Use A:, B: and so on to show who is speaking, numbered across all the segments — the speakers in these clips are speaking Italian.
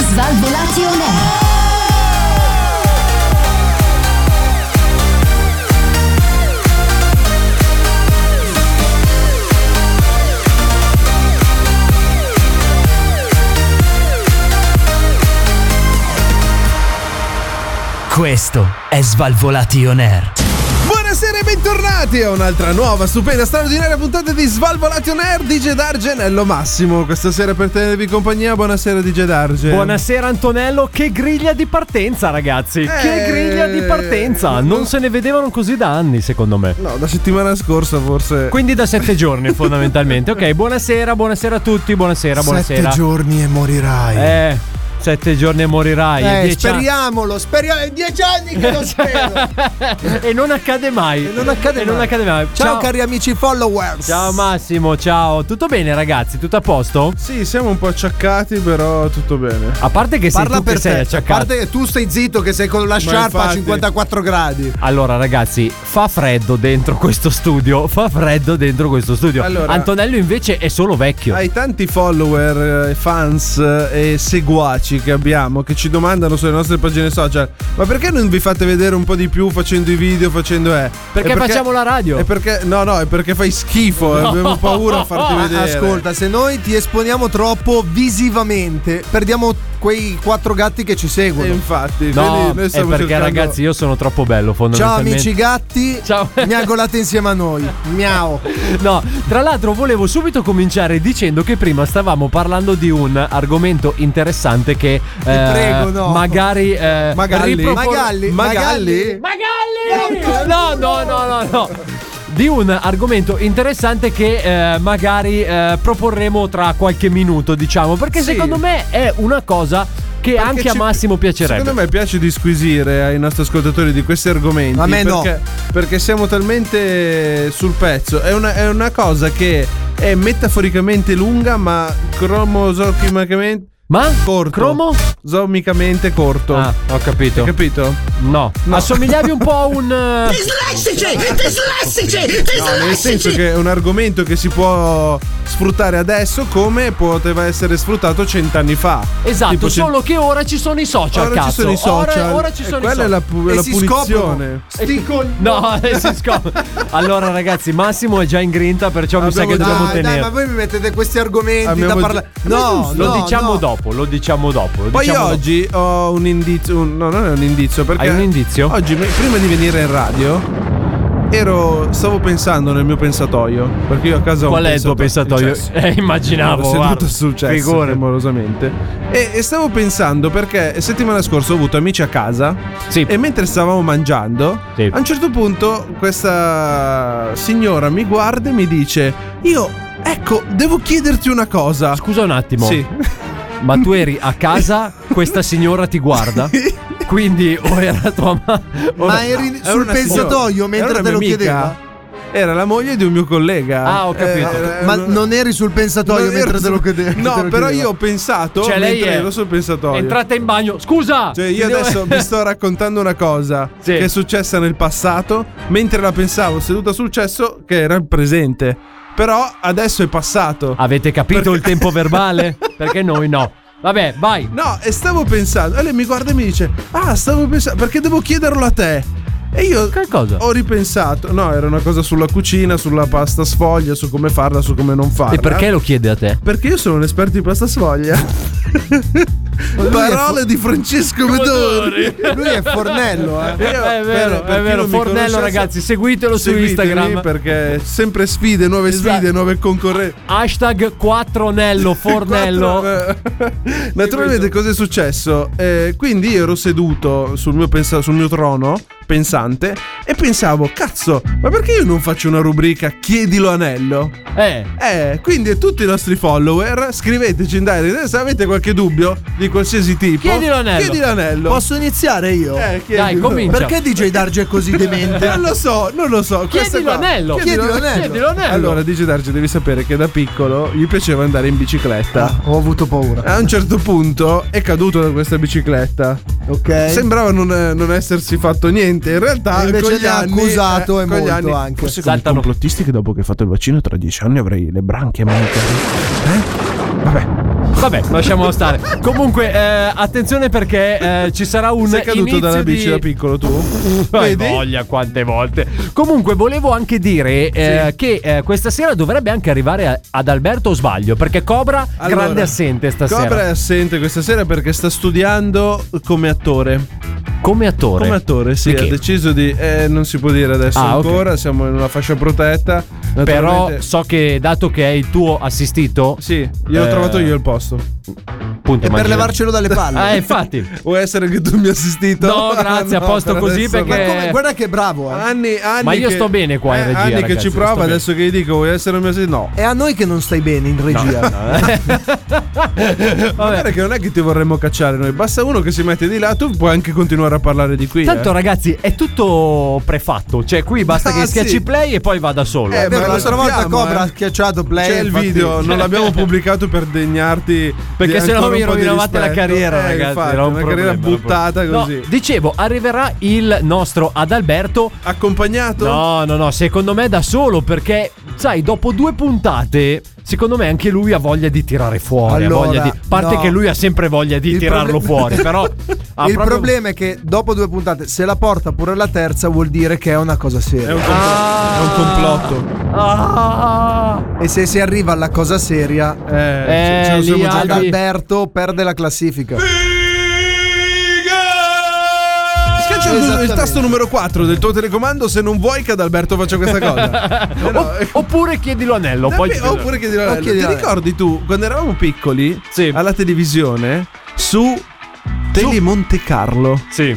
A: Svalvolati on air.
B: Questo è Svalvolati On Air.
C: Buonasera e bentornati a un'altra nuova, stupenda, straordinaria puntata di Svalvolati on Air DJ Dargenello Massimo. Questa sera per tenervi compagnia, buonasera DJ Darge.
D: Buonasera Antonello, che griglia di partenza ragazzi, che
C: Eh,
D: griglia di partenza, non se ne vedevano così da anni secondo me.
C: No, la settimana scorsa forse.
D: Quindi da sette giorni fondamentalmente, ok buonasera, buonasera a tutti, buonasera, buonasera.
C: Sette giorni e morirai.
D: Eh, sette giorni e morirai. e dieci anni-
E: Eh, speriamolo, speriamo. È dieci anni che lo spero.
D: E non accade mai. E
E: non accade
D: E non
E: mai.
D: accade mai.
E: Ciao, cari amici followers.
D: Ciao Massimo, ciao. Tutto bene ragazzi, tutto a posto?
C: Sì, siamo un po' acciaccati, però tutto bene.
D: A parte che sei
E: Parla
D: tu che
E: per
D: sei
E: te. A
D: acciaccato.
E: parte che tu stai zitto che sei con la sciarpa a
C: infatti.
E: 54 gradi.
D: Allora ragazzi, fa freddo dentro questo studio, fa freddo dentro questo studio.
C: Allora-
D: Antonello invece è solo vecchio.
C: Ai tanti follower, eh, fans eh, e seguaci che abbiamo che ci domandano sulle nostre pagine social: ma perché non vi fate vedere un po' di più facendo i video, facendo eh?
D: Perché
C: È
D: facciamo la radio.
C: È perché, no, no, è perché fai schifo. eh, Avevo paura a farti vedere.
E: Ascolta, se noi ti esponiamo troppo visivamente, perdiamo quei quattro gatti che ci
C: E
E: seguono.
C: infatti,
D: no,
C: quindi
D: è
C: noi
D: perché
C: stiamo cercando-
D: ragazzi io sono troppo bello
E: Ciao
D: fondamentalmente.
E: amici gatti,
D: Ciao.
E: miagolate insieme a noi. Miau.
D: No, tra l'altro volevo subito cominciare dicendo che prima stavamo parlando di un argomento interessante che eh,
E: prego, no.
D: magari eh,
E: Magalli.
D: ripropor-
E: Magalli. Magalli.
D: Magalli! No, no, no, no, no. Di un argomento interessante che eh, magari eh, proporremo tra qualche minuto, diciamo, perché
C: Sì.
D: secondo me è una cosa che
C: Perché
D: anche a
C: ci-
D: Massimo piacerebbe.
C: Secondo me piace disquisire ai nostri ascoltatori di questi argomenti.
E: A me no.
C: perché, perché siamo talmente sul pezzo. È una, è una cosa che è metaforicamente lunga, ma cromosomicamente.
D: Ma?
C: Corto.
D: Cromo?
C: Zomicamente corto.
D: Ah, ho capito.
C: Hai capito?
D: no. Assomigliavi un po' a un eh,
E: Ah,
C: Nel senso che è un argomento che si può sfruttare adesso come poteva essere sfruttato cent'anni fa.
D: Esatto,
C: Tipo, cent-
D: solo che ora ci sono i social,
C: Ora
D: cazzo.
C: ci sono i social.
D: Ora, ora ci sono
C: e quella
D: i
C: è
D: social.
C: la, pu- la
E: si
C: punizione.
D: Sti No, eh, si scopre. Allora, ragazzi, Massimo è già in grinta, perciò mi sa
C: Abbiamo
D: che dobbiamo
E: Dai, dai,
D: tenere.
E: ma voi mi mettete questi argomenti
C: Abbiamo
E: da
C: gi-
E: parlare.
C: Ma è
E: No,
C: giusto.
D: lo
E: no,
D: diciamo
E: no.
D: dopo, lo diciamo dopo. lo
C: Poi
D: diciamo
C: io
D: dopo.
C: oggi ho un indizio, un- no, non è un indizio perché
D: Hai un indizio?
C: Oggi me- prima di venire in radio ero stavo pensando nel mio pensatoio, perché io a casa ho
D: Qual
C: un
D: è il tuo pensatoio?
C: cesso.
D: Eh, immaginavo.
C: Ero seduto
D: guarda.
C: sul cesso
D: Figurati.
C: amorosamente. E, e stavo pensando perché settimana scorsa ho avuto amici a casa
D: Sì.
C: e mentre stavamo mangiando,
D: Sì.
C: a un certo punto questa signora mi guarda e mi dice "Io ecco, devo chiederti una cosa".
D: Scusa un attimo.
C: Sì.
D: Ma tu eri a casa, questa signora ti guarda. Quindi o era tua mamma.
E: Ma eri sul
C: una
E: pensatoio
C: signora. Era
E: mentre
C: una
E: te lo
C: mia amica.
E: chiedeva?
C: Era la moglie di un mio collega. Eh,
D: Ah, ho capito.
E: Ma non eri sul pensatoio
C: non
E: mentre
C: ero
E: te lo
C: su-
E: chiede- te lo chiedeva?
C: No, però io ho pensato
D: Cioè, lei
C: mentre
D: è
C: ero sul pensatoio.
D: È entrata in bagno. Scusa!
C: Cioè, io
D: Ti devo-
C: adesso vi sto raccontando una cosa
D: Sì.
C: che è successa nel passato, mentre la pensavo seduta sul cesso, che era il presente. Però adesso è passato.
D: Avete capito
C: Perché-
D: il tempo verbale? Perché noi no. Vabbè, vai.
C: No, e stavo pensando. E lei mi guarda e mi dice: Ah, stavo pensando, perché devo chiederlo a te? E io
D: Che cosa?
C: ho ripensato. No, era una cosa sulla cucina, sulla pasta sfoglia, su come farla, su come non farla.
D: E perché lo chiede a te?
C: Perché io sono un esperto di pasta sfoglia. Parole di Francesco Medori.
F: Lui è fornello, eh.
D: È vero, è vero. Fornello, ragazzi, seguitelo su Instagram.
C: perché sempre sfide, nuove sfide,
D: Esatto.
C: nuove concorrenze.
D: Hashtag 4 Nello Fornello.
C: Quattro- eh. Naturalmente, cosa è successo? Eh, quindi io ero seduto sul mio, pensa- sul mio trono pensante e pensavo, cazzo, ma perché io non faccio una rubrica Chiedilo Anello?
D: Eh.
C: Eh, quindi a tutti i nostri follower scriveteci in direct se avete qualche dubbio di qualsiasi tipo.
D: Chiedilo anello.
C: Chiedilo anello.
F: Posso iniziare io?
C: Eh, chiedilo.
D: Dai, comincia.
F: Perché DJ Darge è così demente?
C: Non lo so, non lo so. Questo
D: Chiedilo
C: qua.
D: anello.
F: Chiedilo anello.
D: Chiedilo anello.
C: Allora, dice Darge, devi sapere che da piccolo gli piaceva andare in bicicletta.
F: Ah, Ho avuto paura.
C: A un certo punto è caduto da questa bicicletta.
F: Ok.
C: Sembrava non, non essersi fatto niente, in realtà
F: E invece
C: con gli
F: ne ha
C: anni, eh,
F: accusato e
C: con gli
F: molto
C: anni-
F: anche.
C: Forse con i
D: Saltano.
C: complottisti che dopo che ho fatto il vaccino tra dieci anni avrei le Eh? branchie maniche.
D: Vabbè, lasciamo stare. Comunque, eh, attenzione perché eh, ci sarà un.
C: Sei caduto
D: inizio
C: dalla bici
D: di...
C: da piccolo tu?
D: Hai
C: Vedi?
D: voglia quante volte. Comunque, volevo anche dire eh, che eh, questa sera dovrebbe anche arrivare a- ad Alberto o sbaglio, perché Cobra
C: Allora,
D: grande assente stasera.
C: Cobra è assente questa sera perché sta studiando come attore.
D: come attore.
C: Come attore, sì,
D: Perché?
C: ha deciso di. eh, non si può dire adesso
D: Ah, ok.
C: ancora, siamo in una fascia protetta.
D: Però
C: Naturalmente-
D: so che dato che è il tuo assistito,
C: Sì, gliel'ho
D: Eh.
C: trovato io il posto.
D: punto,
F: E per
D: immagino.
F: levarcelo dalle palle.
D: Ah, infatti.
C: Vuoi essere che tu mi hai assistito?
D: No, grazie, a posto
C: per
D: così,
C: adesso
D: perché-
F: Ma
C: no.
F: come- guarda che bravo, eh.
C: Anni, anni
D: Ma io
C: che-
D: sto bene qua in
C: eh,
D: regia,
C: Anni che
D: ragazzi,
C: ci
D: io sto
C: prova,
D: bene.
C: adesso che gli dico vuoi essere un mio assistito? No.
F: È a noi che non stai bene in regia.
D: eh. Vabbè.
C: Guarda che non è che ti vorremmo cacciare noi, basta uno che si mette di là, tu puoi anche continuare a parlare di qui.
D: Tanto
C: eh.
D: ragazzi è tutto prefatto, cioè qui basta
C: Ah,
D: che schiacci
C: sì.
D: play e poi va da solo.
C: Eh,
F: Vero,
C: ma
F: l'altra
C: lo
F: volta
C: sappiamo,
F: Cobra
C: eh.
F: ha schiacciato play.
C: C'è il
F: infatti-
C: video, non l'abbiamo pubblicato per degnarti.
D: Perché
C: di
D: sennò
C: ancora
D: mi
C: un po' di
D: rovinavate la
C: rispetto.
D: carriera,
C: Eh,
D: ragazzi,
C: infatti,
D: era un
C: una carriera
D: problema,
C: buttata
D: No,
C: così.
D: dicevo, arriverà il nostro Adalberto.
C: Accompagnato?
D: No, no, no, secondo me da solo perché, sai, dopo due puntate, secondo me anche lui ha voglia di tirare fuori. ha
F: Allora,
D: voglia di... A parte
F: no.
D: che lui ha sempre voglia di
F: Il
D: tirarlo
F: problem-
D: fuori, però... ha
F: il
D: Ah, proprio-
F: problema è che dopo due puntate, se la porta pure alla terza, vuol dire che è una cosa
C: È
F: seria.
C: un complotto. È un complotto.
D: Ah,
F: E se si arriva alla cosa seria, cioè,
D: Eh,
C: ce- ce lo siamo
D: lì,
C: giocati.
D: Albi.
F: Adalberto perde la classifica.
C: Schiaccia il, nu- il
F: Esattamente.
C: tasto numero 4 del tuo telecomando se non vuoi che Adalberto faccia questa cosa. Eh, no, eh,
D: Oppure chiedilo anello, poi...
C: Dai, oppure che dirò
F: o
C: Ti
F: chiedi alla-
C: ricordi tu quando eravamo piccoli
D: Sì.
C: alla televisione su Tele Monte Carlo
D: Sì.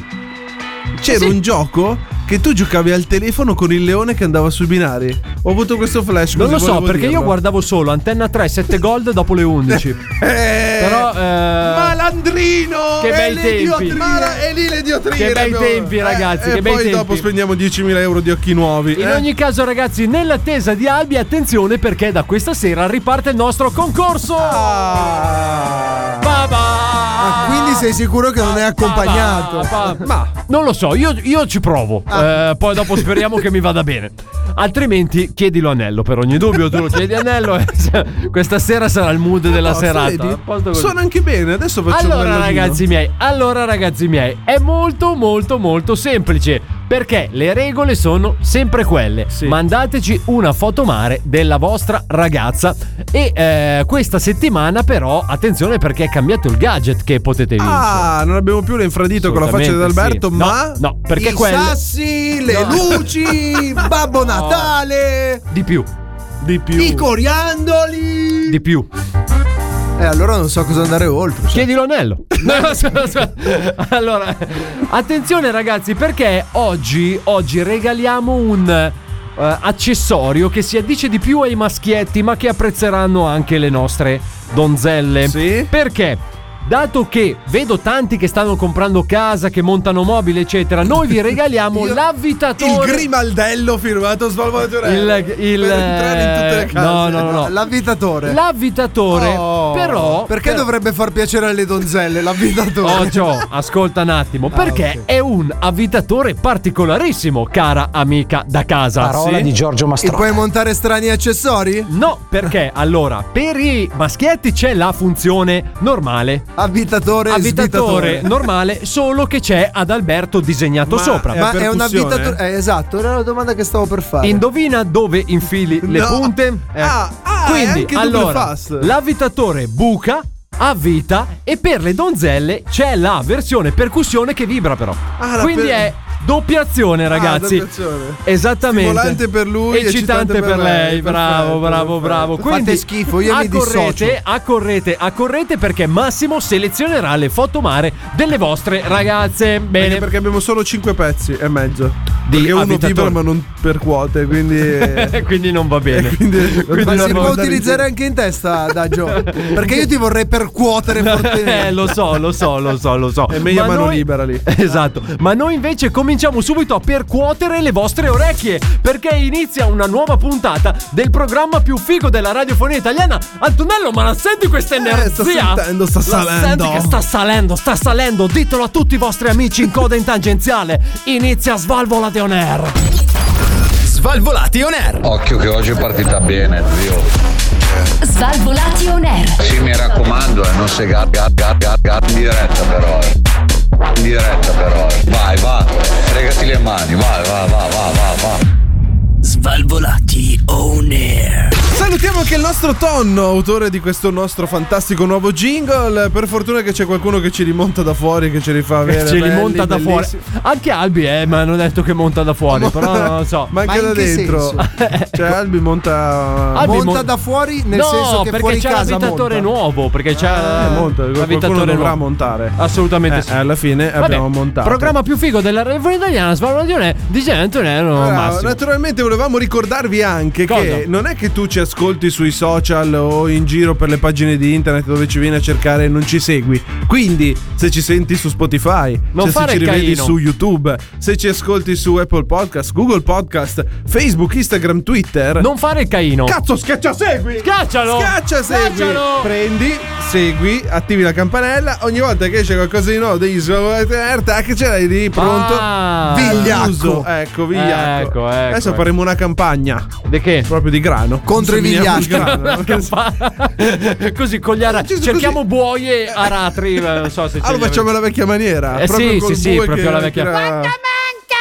C: c'era
D: Sì.
C: un gioco che tu giocavi al telefono con il leone che andava sui binari. Ho avuto questo flash
D: Non
C: così
D: lo so
C: volevo
D: perché io
C: dirlo.
D: guardavo solo Antenna 3, 7 gold dopo le 11.
C: Eh,
D: Però... eh,
C: Malandrino!
D: Che
C: E
D: bei
C: lì
D: tempi.
C: idiotri- Mala- E lì le diotrie.
D: Che bei tempi, ragazzi,
C: E
D: che bei
C: poi
D: tempi.
C: dopo spendiamo 10.000 euro di occhi nuovi.
D: In
C: eh.
D: ogni caso, ragazzi, nell'attesa di Albi, attenzione perché da questa sera riparte il nostro concorso.
C: Ah.
D: Ba ba!
F: Quindi sei sicuro che non è accompagnato?
D: Ba ba. Ma non lo so, io, io ci provo.
C: Ah.
D: Eh, poi dopo speriamo che mi vada bene. Altrimenti, chiedilo anello per ogni dubbio. Tu lo chiedi anello. e se- Questa sera sarà il mood della
C: No,
D: serata.
C: vedi?
D: A posto così.
C: Sono anche bene, adesso faccio un
D: Allora
C: bellodino.
D: ragazzi miei, allora ragazzi miei, è molto molto molto semplice perché le regole sono sempre quelle.
C: Sì.
D: Mandateci una foto mare della vostra ragazza e eh, questa settimana però attenzione perché è cambiato il gadget che potete vincere.
C: Ah, non abbiamo più l'infradito con la faccia di
D: Assolutamente
C: Alberto,
D: sì.
C: ma.
D: No, no, perché
F: I
D: quelle
F: sassi, le
D: No.
F: luci, Babbo Natale,
D: di più,
C: Di più.
F: i coriandoli.
D: di più.
F: E Eh, allora non so cosa andare oltre. cioè.
D: Chiedi l'anello. No, so- so- allora, attenzione ragazzi, perché oggi, oggi regaliamo un eh, accessorio che si addice di più ai maschietti, ma che apprezzeranno anche le nostre donzelle.
C: Sì.
D: Perché? Dato che vedo tanti che stanno comprando casa, che montano mobile, eccetera, noi vi regaliamo
C: Io- Il
D: l'avvitatore.
C: grimaldello firmato Svalvolatoreale.
D: il, il-
C: per entrare in tutte le case.
D: No, no, no. no.
F: L'avvitatore.
D: L'avvitatore,
C: Oh,
D: però.
F: Perché
D: per-
F: dovrebbe far piacere alle donzelle l'avvitatore?
D: Oh Gio, ascolta un attimo, perché
F: Ah, ok.
D: è un avvitatore particolarissimo, cara amica da casa. Sì?
B: Giorgio
F: Ah, E puoi montare strani accessori?
D: No, perché allora, per i maschietti c'è la funzione normale.
F: Avvitatore,
D: Avvitatore
F: svitatore.
D: normale, solo che c'è ad Alberto disegnato
C: Ma-
D: sopra.
C: Eh,
F: Ma è un
C: percussione?
F: avvitatore. Eh, esatto, era la domanda che stavo per fare.
D: Indovina dove infili le
C: No.
D: punte? Eh.
C: Ah, ah, è
D: Quindi,
C: anche double
D: allora,
C: fast.
D: l'avvitatore buca. a vita e per le donzelle c'è la versione percussione che vibra però.
C: Ah, la
D: Quindi
C: per- Ah,
D: è doppia azione ragazzi.
C: doppia azione.
D: Esattamente.
C: Stimolante per lui,
D: eccitante, per lei. Bravo,
C: Perfetto,
D: bravo, bravo.
C: perfetto.
D: Quindi
F: Fate schifo, io mi dissocio.
D: accorrete, accorrete, accorrete perché Massimo selezionerà le fotomare delle vostre ragazze.
C: Anche
D: Bene.
C: perché abbiamo solo 5 pezzi e mezzo.
D: Di
C: perché uno
D: abitatore.
C: vibra ma non per quote, quindi
D: quindi non va bene.
C: quindi,
D: Quindi
F: Ma
D: non
F: si
D: va-
F: può utilizzare anche in testa, Daggio. Perché io ti vorrei percuotere fortemente.
D: Eh, lo so, lo so, lo so, lo so.
C: È meglio a mano
D: noi-
C: libera lì.
D: Esatto. Ma noi invece cominciamo subito a percuotere le vostre orecchie. Perché inizia una nuova puntata del programma più figo della radiofonia italiana. Antonello, ma la senti questa energia?
C: sta Eh, sentendo, sta
D: La
C: salendo.
D: senti che sta salendo, sta salendo. Ditelo a tutti i vostri amici in coda in tangenziale. Inizia Svalvola de On Air.
B: Svalvolati on air.
G: Occhio che oggi è partita bene, zio.
A: Svalvolati on air.
G: Sì, mi raccomando, eh, non sei gat, gat, gat, gat, gat, in diretta però. eh. In diretta però. eh. Vai, va. Fregati le mani, vai, va, va, va, va, va.
H: Svalvolati on air.
C: Salutiamo anche il nostro Tonno, autore di questo nostro fantastico nuovo jingle. Per fortuna che c'è qualcuno che ci rimonta da fuori, che ce li fa avere.
D: Ce li
C: belli,
D: monta da fuori.
C: bellissimi.
D: Anche Albi, eh, ma hanno detto che monta da fuori. Però non lo so.
C: Ma anche
F: Ma
C: da
F: in che
C: dentro. Cioè, Albi monta.
D: Albi
F: Monta
D: mon-
F: da fuori, nel
D: no,
F: senso che
D: perché
F: fuori
D: c'è
F: casa
D: l'avvitatore
F: monta.
D: nuovo, perché c'è
C: Eh, monta, qualcuno
D: l'avvitatore
C: dovrà
D: nuovo.
C: montare.
D: Assolutamente
C: Eh,
D: sì.
C: alla fine
D: Vabbè,
C: abbiamo montato.
D: Programma più figo della Revoluzione italiana, Svalvoladione, di Gian Antonello
C: Allora,
D: Massimo.
C: naturalmente volevamo ricordarvi anche
D: Cosa?
C: che non è che tu ci ascolti sui social o in giro per le pagine di internet dove ci vieni a cercare e non ci segui. Quindi, se ci senti su Spotify,
D: Non
C: cioè,
D: fare
C: se ci
D: il
C: rivedi
D: caino.
C: su YouTube, se ci ascolti su Apple Podcast, Google Podcast, Facebook, Instagram, Twitter,
D: Non fare il caino.
C: Cazzo, schiaccia segui!
D: Schiaccialo!
C: Schiaccia segui!
D: Schiaccialo!
C: Prendi, segui, attivi la campanella. Ogni volta che esce qualcosa di nuovo degli svalvolati air, tac, ce l'hai lì pronto.
D: Ah.
C: Vigliacco.
F: Vigliacco.
C: Ecco, vigliacco.
D: Ecco, ecco,
C: Adesso
D: ecco.
C: faremo una campagna
D: Di che?
C: proprio di grano.
F: Contro i
C: Seminiamo il
F: vigliacchi.
C: grano, no?
D: così con gli
C: Cioè,
D: aratri.
C: così-
D: Cerchiamo buoi e aratri. eh, Non so se ce
C: Allora
D: li
C: facciamo alla vecchia maniera.
D: Eh,
C: proprio
D: sì,
C: col
D: sì, sì,
C: bue
D: proprio
C: che-
D: alla vecchia-
C: che era-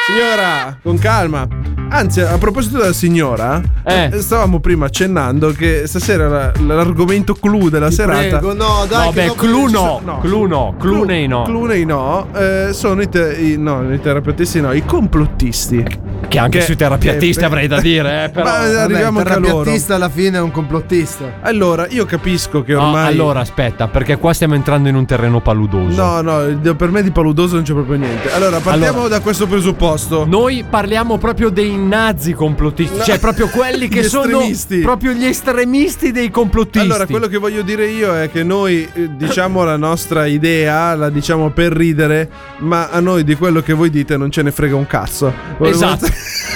C: Signora, con calma. Anzi, a proposito della signora,
D: Eh.
C: eh, stavamo prima accennando che stasera la- l'argomento clou della serata
F: Prego, no, dai.
D: No,
F: che
D: beh,
F: dopo-
D: clou no.
C: no.
D: Clou no. Clou nei no.
C: Clunei no, eh, sono i, te- i- no, i terapeutisti, no, i complottisti.
D: Che anche
C: Che-
D: sui terapiatisti
C: eh,
D: avrei da dire, eh, però.
C: Ma arriviamo
F: Vabbè,
C: anche a
F: il
C: loro.
F: terapeutista alla fine è un complottista.
C: Allora, io capisco che
D: No,
C: ormai.
D: allora aspetta, perché qua stiamo entrando in un terreno paludoso.
C: No, no, il- per me di paludoso non c'è proprio niente. Allora, partiamo
D: Allora.
C: da questo presupposto.
D: Noi parliamo proprio dei nazi complottisti, cioè proprio quelli che
C: Gli
D: sono
C: estremisti.
D: proprio gli estremisti dei complottisti.
C: Allora, quello che voglio dire io è che noi eh, diciamo la nostra idea, la diciamo per ridere, ma a noi di quello che voi dite non ce ne frega un cazzo. Volevo-
D: Esatto.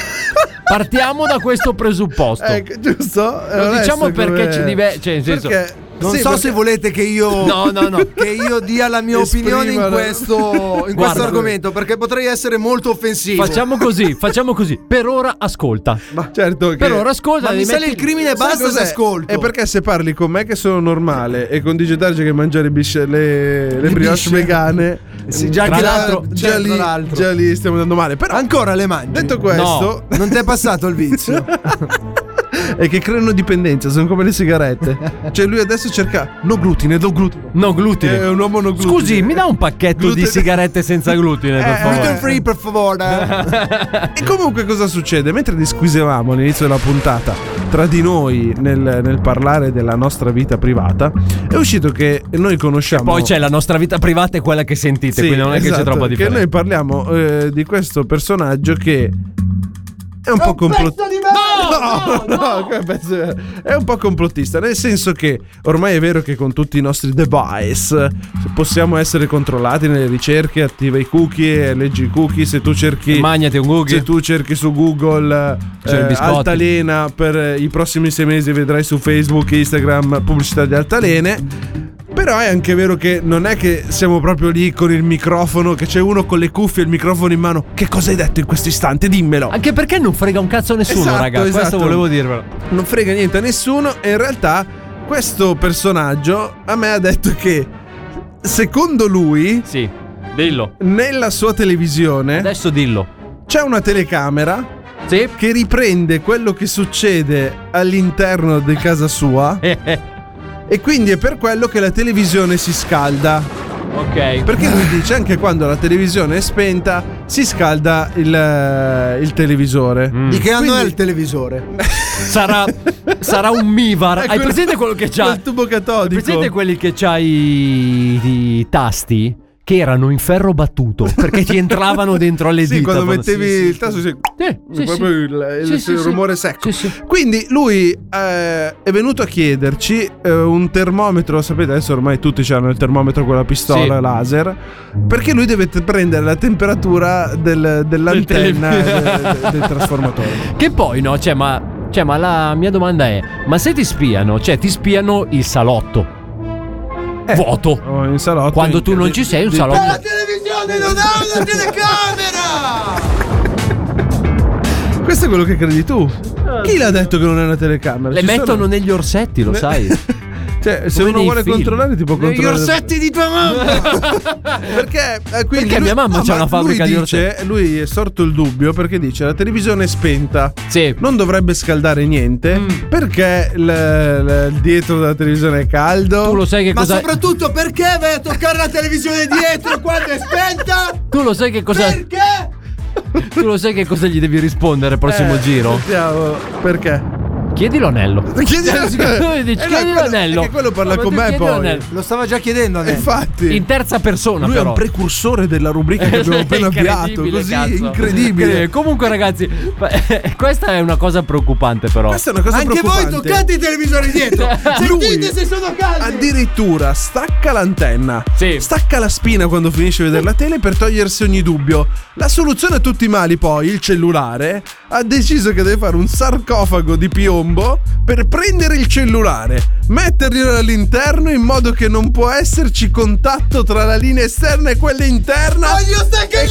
D: Partiamo da questo presupposto.
F: Eh,
C: Ecco, giusto?
D: Lo
C: Onesto
D: diciamo perché
C: come-
D: ci dive- cioè, in senso-
C: Perché-
F: Non
C: sì,
F: so
C: perché-
F: se volete che io
D: No, no, no.
F: che io dia la mia
C: Esprima
F: opinione
C: la-
F: in questo in questo
D: Guarda.
F: argomento perché potrei essere molto offensivo.
D: Facciamo così, facciamo così. Per ora ascolta.
C: Ma certo che
D: Per ora ascolta.
F: Ma mi
D: devi
F: sale il
D: mettere-
F: crimine e
C: Sai
F: basta se
C: cos'è?
F: ascolto.
C: È perché se parli con me che sono normale e con Digitarge che mangia le, bisce- le, le brioche vegane,
F: Sì, già
D: Tra
F: che la-
D: l'altro-
F: già
C: già, lì,
F: tra l'altro.
C: già lì stiamo andando male. Però
F: Ancora le mangi.
C: detto questo,
F: Non ti è passato il vizio.
C: è che creano dipendenza, sono come le sigarette. cioè lui adesso cerca no glutine, no glutine.
D: No, glutine.
F: Eh,
C: È un uomo no glutine.
D: Scusi, mi dà un pacchetto
C: Glutine-
D: di sigarette senza glutine, per
C: Eh,
F: Gluten
D: favore.
F: free per favore.
C: E comunque cosa succede? Mentre disquisevamo all'inizio della puntata tra di noi nel, nel parlare della nostra vita privata, è uscito che noi conosciamo...
D: Poi c'è la nostra vita privata e quella che sentite,
C: Sì,
D: quindi non è che c'è
C: esatto,
D: troppa differenza.
C: Che noi parliamo eh, di questo personaggio che è un po' complottista. No, no, che pezzo di- è un po' complottista, nel senso che ormai è vero che con tutti i nostri device possiamo essere controllati nelle ricerche, attiva i cookie, eh, leggi i cookie, se tu cerchi
D: Magnati un cookie.
C: se tu cerchi su Google
D: C'è il
C: eh,
D: biscotto.
C: altalena per eh, i prossimi sei mesi vedrai su Facebook, Instagram pubblicità di altalene. Però è anche vero che non è che siamo proprio lì con il microfono, che c'è uno con le cuffie e il microfono in mano. Che cosa hai detto in questo istante? Dimmelo.
D: Anche perché non frega un cazzo a nessuno,
C: Esatto,
D: raga. Questo
C: esatto.
D: volevo dirvelo.
C: non frega niente a nessuno e in realtà questo personaggio a me ha detto che secondo lui
D: Sì, dillo.
C: nella sua televisione
D: Adesso dillo.
C: c'è una telecamera
D: Sì.
C: che riprende quello che succede all'interno di casa sua
D: Eh, eh.
C: E quindi è per quello che la televisione si scalda.
D: Ok.
C: Perché lui dice anche quando la televisione è spenta si scalda il, eh, il televisore.
F: Di che anno è
C: Quindi-
F: il televisore?
D: Mm. Sarà, sarà un Mivar. Hai
C: quello-
D: presente quello che c'ha?
C: Col tubo
D: Hai
C: catodico.
D: presente quelli che c'ha i, i tasti? Che erano in ferro battuto perché ti entravano dentro alle
C: Sì,
D: dita.
C: quando
D: proprio-
C: mettevi
D: sì, sì.
C: il tasto sì.
D: Sì, sì,
C: proprio
D: sì.
C: il, il
D: Sì, sì, sì.
C: rumore secco.
D: Sì, sì.
C: Quindi lui eh, è venuto a chiederci eh, un termometro. Sapete, adesso ormai tutti hanno il termometro con la pistola
D: Sì.
C: laser. Perché lui deve te- prendere la temperatura del- dell'antenna
D: Del
C: de-
D: tele-
C: de- del trasformatore.
D: Che poi no, cioè, ma, cioè, ma la mia domanda è: ma se ti spiano, cioè ti spiano il salotto vuoto.
C: Oh, in salotto.
D: Quando tu non ci sei, un salotto.
F: televisione non ha una telecamera!
C: Questo è quello che credi tu. Chi l'ha detto che non è una telecamera?
D: Eh. Le
C: Ci sono-
D: mettono negli orsetti, lo sai.
C: Cioè, se
D: Come
C: uno
D: nei
C: vuole
D: film.
C: controllare, ti può controllare.
F: di tua mamma!
C: Perché, eh, quindi
D: Perché mia mamma c'ha
C: ma
D: una fabbrica
C: lui
D: di
C: dice- Lui è sorto il dubbio perché dice la televisione è spenta.
D: Sì. Mm.
C: Non dovrebbe scaldare niente perché il, il- il dietro della televisione è caldo.
D: Tu lo sai che
F: Ma
D: cosa.
F: soprattutto perché vai a toccare la televisione dietro quando è spenta?
D: Tu lo sai che cosa.
F: Perché?
D: Tu lo sai che cosa gli devi rispondere al prossimo
C: Eh,
D: giro?
C: sentiamo, perché? Eh,
D: Chiedi l'anello.
C: Chiedi
D: Dici, Chiedi
C: quello-
D: l'anello.
C: perché quello parla
D: Ma
C: con
D: tu
C: me
D: chiedi
C: poi.
D: l'anello.
F: Lo stava già chiedendo a me.
C: Infatti.
D: In terza persona,
C: lui è un
D: però. Eh, cioè,
C: precursore della rubrica che abbiamo appena avviato.
D: Incredibile,
C: Così
D: cazzo.
C: incredibile.
D: Comunque, ragazzi, ma- questa è una cosa preoccupante, però.
C: Questa è una cosa
F: Anche voi
C: preoccupante.
F: toccate i televisori dietro!
C: Lui-
F: Sentite se sono caldi!
C: Addirittura stacca l'antenna.
D: Sì.
C: Stacca la spina quando finisce di vedere la tele per togliersi ogni dubbio. La soluzione a tutti i mali, poi, il cellulare, ha deciso che deve fare un sarcofago di piombo per prendere il cellulare, metterglielo all'interno in modo che non può esserci contatto tra la linea esterna e quella interna.
F: Voglio staccare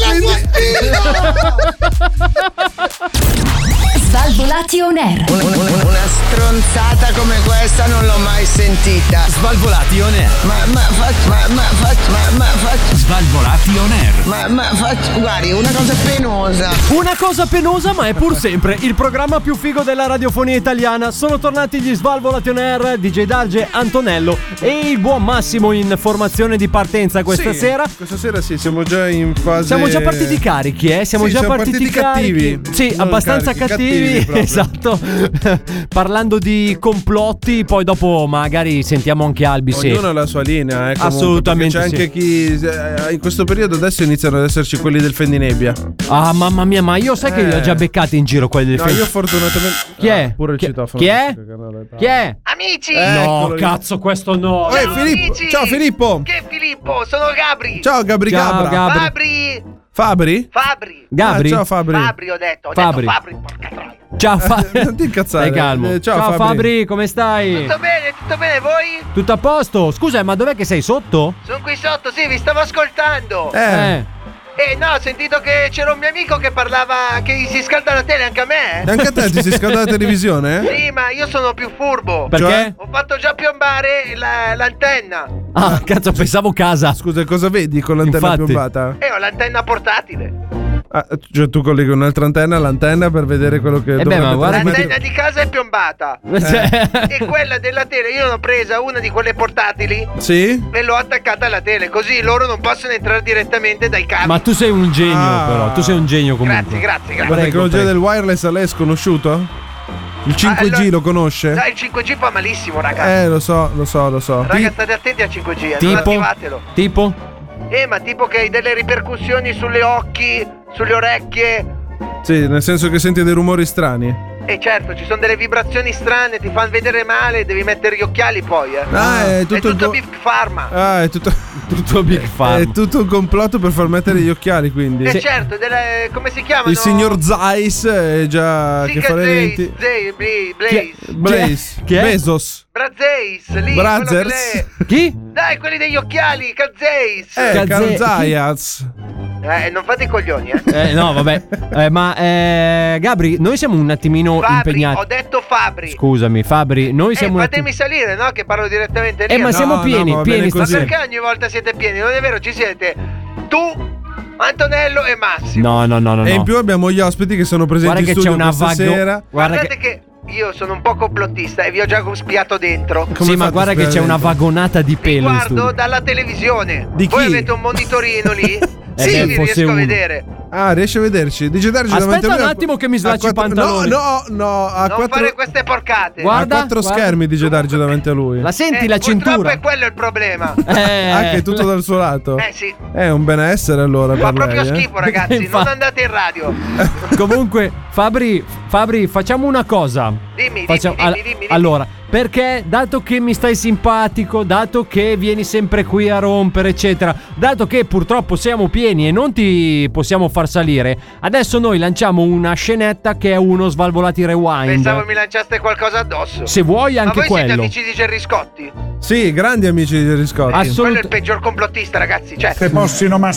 F: la tua
A: Svalvolati on air.
I: Una stronzata come questa non l'ho mai sentita.
B: Svalvolati on air.
I: Ma, ma, fac- ma, ma, fac- ma, ma, fac-
B: Svalvolati on air.
I: ma, ma, fac- guardi, una cosa penosa.
D: Una cosa penosa, ma è pur sempre il programma più figo della radiofonia italiana. Sono tornati gli Svalvolati on Air, DJ Darge, Antonello e il buon Massimo in formazione di partenza questa
C: Sì,
D: sera.
C: Questa sera sì, siamo già in fase.
D: Siamo già partiti carichi, eh? Siamo
C: Sì,
D: già
C: siamo
D: partiti,
C: partiti
D: carichi.
C: cattivi.
D: Sì,
C: Non
D: abbastanza
C: carichi,
D: cattivi.
C: cattivi proprio.
D: esatto. Parlando di complotti, poi dopo magari sentiamo anche Albi. se-
C: Ognuno ha la sua linea, eh, comunque,
D: Assolutamente
C: perché C'è anche chi. eh, In questo periodo adesso iniziano ad esserci quelli del fendinebbia.
D: Ah, mamma mia, ma io sai che li ho
C: Eh.
D: già beccati in giro quelli del
C: No,
D: film.
C: io fortunatamente.
D: Chi è?
C: Ah, pure il
D: Chi-
C: citofono.
D: chi è?
C: questo canale.
D: Chi è? Eh,
I: Amici,
D: No,
C: Eccolo lì.
D: cazzo, questo no.
C: Eh, Filippo. Ciao Filippo.
I: che Filippo, sono Gabri.
C: Ciao Gabri
D: Ciao,
C: Gabra.
D: Gabri.
I: Fabri,
C: Fabri?
I: Fabri,
C: Ah,
D: Gabri?
C: ciao Fabri.
I: Fabri ho detto, ho
D: Fabri.
I: detto Fabri, porca troia.
D: Ciao Fa-
C: Eh, non ti incazzare.
D: Stai calmo.
C: Eh, ciao,
D: ciao Fabri.
C: Fabri.
D: come stai?
I: Tutto bene, tutto bene, voi?
D: Tutto a posto? Scusa, ma dov'è che sei sotto?
I: Sono qui sotto, sì, vi stavo ascoltando.
C: Eh,
I: Eh no, ho sentito che c'era un mio amico che parlava che si scalda la tele anche a me. eh.
C: e anche a te ti si scalda la televisione? eh?
I: Sì, ma io sono più furbo.
D: Perché?
C: Cioè?
I: Ho fatto già piombare la- l'antenna.
D: Ah, cazzo, pensavo casa.
C: Scusa, cosa vedi con l'antenna
D: Infatti.
C: piombata?
I: E Eh, ho l'antenna portatile.
C: Ah, cioè, tu colleghi un'altra antenna all'antenna per vedere quello che.
D: Eh beh,
C: dovrebbe
D: ma guarda che-
C: trasmettere.
I: L'antenna di casa è piombata.
C: Eh.
D: Cioè,
I: E quella della tele, io ne ho presa una di quelle portatili
C: Sì?
I: e l'ho attaccata alla tele, così loro non possono entrare direttamente dai cavi.
D: ma tu sei un genio,
C: Ah.
D: però. Tu sei un genio comunque.
I: Grazie, grazie,
C: La
I: grazie.
C: tecnologia
D: prego.
C: del wireless a lei è sconosciuto? Il 5G
I: Ah, allora-
C: lo conosce?
I: Dai, il 5G fa malissimo, raga.
C: Eh, lo so, lo so, lo so.
I: raga, state attenti al 5G, eh, non attivatelo.
D: Tipo? Tipo?
I: Eh, ma tipo che hai delle ripercussioni sulle occhi, sulle orecchie.
C: Sì, nel senso che senti dei rumori strani.
I: E certo, ci sono delle vibrazioni strane, ti fanno vedere male, devi mettere gli occhiali poi, eh.
C: Ah, è tutto il
I: tutto
C: co-
I: Big Pharma.
C: Ah, è tutto,
D: Tutto Big Pharma.
C: è tutto un complotto per far mettere gli occhiali, quindi.
I: E certo, delle- come si chiamano?
C: Il signor Zeiss è già che fa le
I: Zay,
C: lenti.
I: Zay, Bla- Blaze,
C: Blaze,
D: Chi è?
C: Bezos,
I: Brazeis, lì, quello che
C: Brothers,
I: le-
D: Chi?
I: Dai, quelli degli occhiali, Cazzeis. Eh.
C: eh,
D: Cazze-
C: caro
D: chi?
C: Zayas.
I: non fate i coglioni, eh.
D: Eh, no, vabbè. Eh, ma eh, Gabri, noi siamo un attimino
I: Fabri, ho
D: impegnati.
I: detto Fabri.
D: Scusami, Fabri, noi
I: eh,
D: siamo un
I: fatemi
D: atti-
I: salire, no? Che parlo direttamente lì.
D: Eh, ma
I: no?
D: siamo
C: no,
D: pieni,
C: ma va bene
D: pieni
C: così.
D: stasera.
I: Perché ogni volta siete pieni? Non è vero, ci siete tu, Antonello e Massimo.
D: No, no, no, no.
C: E
D: no.
C: in più abbiamo gli ospiti che sono presenti
D: Guarda
C: in
D: che c'è
C: studio
D: una
C: questa
D: vago...
C: sera.
D: Guarda
I: Guardate
D: che...
I: che... io sono un po' complottista e vi ho già spiato dentro.
D: sì, ma guarda che c'è una vagonata di
I: Vi
D: pelo in
I: guardo
D: studio.
I: dalla televisione.
D: Di
I: Voi
D: chi?
I: avete un monitorino lì?
D: Eh,
I: sì,
D: beh,
I: vi
D: fosse
I: riesco a
D: uno.
I: vedere.
C: Ah, riesci a vederci? Digitarci davanti a
D: Aspetta
C: me
D: un
C: a-
D: attimo che mi
C: a
D: slacci i
C: quattro-
D: pantaloni.
C: No, no, no, a
I: Non
C: quattro,
I: fare queste porcate.
C: a
D: Guarda,
C: quattro
D: guarda.
C: schermi digitarci davanti a lui.
D: La senti
I: Eh,
D: la
I: purtroppo
D: cintura?
I: è quello il problema.
D: Eh,
C: Anche tutto dal suo lato.
I: Eh sì.
C: È un benessere allora
I: Fa
C: per
I: proprio
C: lei, eh?
I: schifo, ragazzi. non
D: Infatti.
I: andate in radio.
D: Comunque, Fabri, Fabri, facciamo una cosa.
I: Dimmi,
D: Facciamo-
I: dimmi,
D: al-
I: dimmi, dimmi, dimmi.
D: Allora, perché dato che mi stai simpatico, dato che vieni sempre qui a rompere, eccetera, dato che purtroppo siamo pieni e non ti possiamo far salire, adesso noi lanciamo una scenetta che è uno svalvolati rewind.
I: Pensavo mi lanciaste qualcosa addosso.
D: Se vuoi
I: Ma
D: anche
I: voi siete
D: quello.
I: amici di Gerry Scotti?
C: Sì, grandi amici di Jerry Scotti.
D: Assolutamente.
I: Quello è il peggior complottista, ragazzi. Cioè,
C: Quello fa il
I: ma è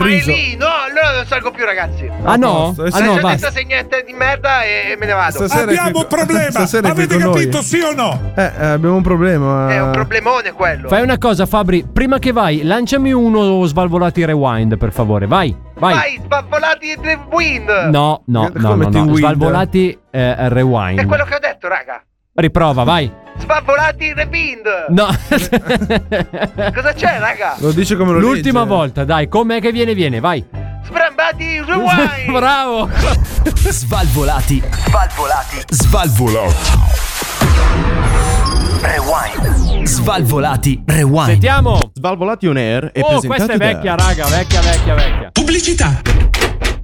C: riso.
I: lì, no, allora non salgo più, ragazzi.
D: Ah no?
C: posto, eh sì.
D: Ah no,
I: Lasciate
D: basta.
I: questa segnetta di merda e e me ne vado.
C: abbiamo un problema. Avete capito sì o no? Eh, eh, abbiamo un problema. eh,
I: È un problemone quello.
D: Ah. Fai una cosa, Fabri, prima che vai, lanciami uno svalvolati rewind, per favore. Vai, vai.
I: Vai, sbavvolati e Dream Wind.
D: No, no,
C: Come
D: no, no,
C: ti
D: no.
C: guida?
D: Svalvolati eh, rewind.
I: È quello che ho detto, raga.
D: Riprova, vai.
I: Sbavvolati Rewind.
D: No.
I: Cosa c'è, raga?
C: Lo dice come lo
D: L'ultima
C: legge.
D: volta, dai, com'è che viene, viene, vai.
I: Sbrambati Rewind.
D: Bravo.
H: Svalvolati. Svalvolati. Svalvolati. Rewind. Svalvolati. Rewind.
D: Sentiamo.
B: Svalvolati on air e
D: Oh, questa è vecchia, raga, vecchia, vecchia, vecchia.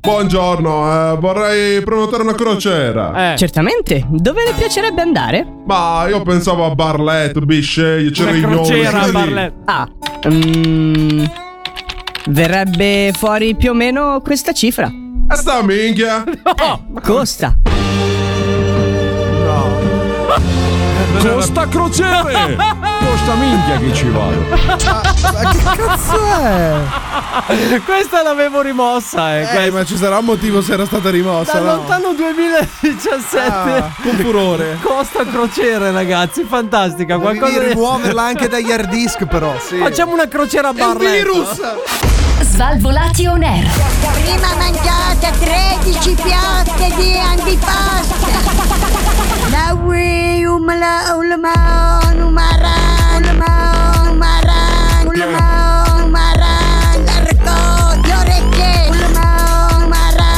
J: Buongiorno, eh, vorrei prenotare una crociera.
D: Eh.
K: Certamente, dove le piacerebbe andare?
J: Ma io pensavo a Barlette, Bisceglie,
D: Una
J: Cerignola.
D: crociera,
J: così.
D: Barlet.
K: Ah, mm, verrebbe fuori più o meno questa cifra.
J: Ah, Sta minchia.
K: Costa.
B: Costa crociere! Costa minchia che ci vado.
D: Questa l'avevo rimossa, eh.
C: Eh, ma ci sarà un motivo se era stata rimossa.
D: Da
C: no?
D: lontano 2017.
C: Ah, con furore.
D: Costa crociere, ragazzi, fantastica. Qualcosa
F: Devi
D: di-
F: rimuoverla anche dagli hard disk, però. Sì.
D: Facciamo una crociera a barra.
A: Svalvolati on air.
L: Prima mangiate 13 piatte di antipasto. La ui umla ulma umara ulma umara ulma umara l'arco le orecchie ulma umara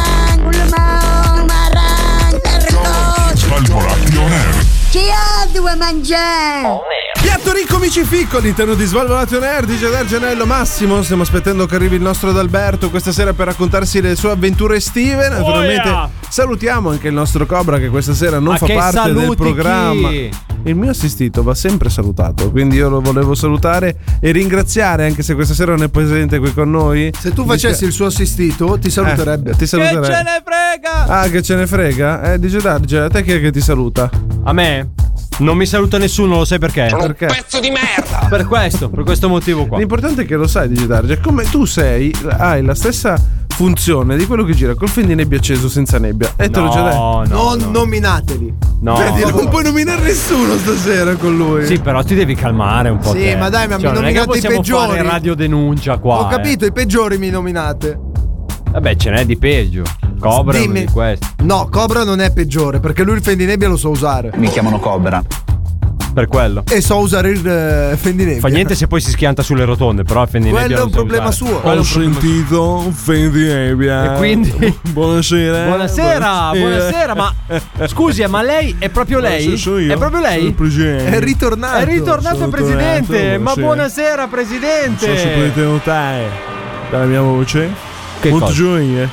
L: ulma umara l'arco
M: Svalvolati on air.
L: chi ha due mangiare?
C: Piatto ricco amici ficcoli, interno di Svalvolato Nerd, dice Gianello Massimo. Stiamo aspettando che arrivi il nostro Adalberto questa sera per raccontarsi le sue avventure estive. Naturalmente
D: Oh, yeah.
C: salutiamo anche il nostro Cobra che questa sera non
D: Ma
C: fa
D: che
C: parte
D: saluti
C: del programma.
D: chi?
C: Il mio assistito va sempre salutato, quindi io lo volevo salutare e ringraziare anche se questa sera non è presente qui con noi. Eh,
F: Se tu facessi il suo assistito, ti saluterebbe.
C: ti saluterebbe.
D: frega?
C: Ah, che ce ne frega? Eh, dice Darge, a te chi è che ti saluta?
D: A me? Non mi saluta nessuno, lo sai perché?
C: Perché?
D: Per questo, per questo motivo qua.
C: L'importante è che lo sai digitarge, come tu sei, hai la stessa funzione di quello che gira col film di nebbia acceso senza nebbia. E te l'ho già detto.
F: non nominateli.
D: no.
C: Vedi, non puoi nominare nessuno stasera con lui.
D: Sì, però ti devi calmare un po'.
F: Sì,
D: te. Cioè,
F: ma dai, ma mi
D: non è che
F: nominate i
D: possiamo
F: peggiori.
D: fare radio denuncia qua.
F: Ho
D: eh.
F: capito, i peggiori mi nominate.
D: Vabbè, ce n'è di peggio. Cobra è uno
F: Dimmi.
D: di questi.
F: No, Cobra non è peggiore, perché lui il fendinebbia lo so usare.
B: Mi chiamano Cobra.
D: Per quello.
F: E so usare il eh, fendinebbia.
D: Fa niente se poi si schianta sulle rotonde, però
F: Quello è un problema suo.
D: Quello è un problema suo.
C: sentito film di
J: eh,
C: nebbia.
D: E quindi-
C: Buonasera.
D: Buonasera, buonasera, ma scusi, eh, ma lei è proprio lei? È proprio lei?
F: È
C: È
F: ritornato.
D: È ritornato
C: sono
D: presidente,
C: tornato,
D: ma
C: sì.
D: buonasera presidente.
C: notare dalla mia voce.
D: Che cosa?
C: gioia.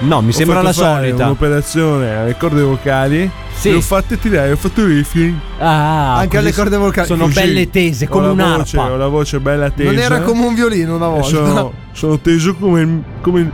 D: No, mi sembra la solita.
C: Un'operazione alle corde vocali.
D: Sì. le ho
C: fatte tirare, ho fatto riffing.
D: Ah,
F: Anche alle
D: così
F: corde vocali.
D: Sono
F: Così.
D: belle tese,
C: Ho
D: come
C: la
D: un'arpa.
C: voce, Ho la voce bella tesa.
F: Non era come un violino una
C: E
F: volta.
C: Eh, sono, sono teso come. come.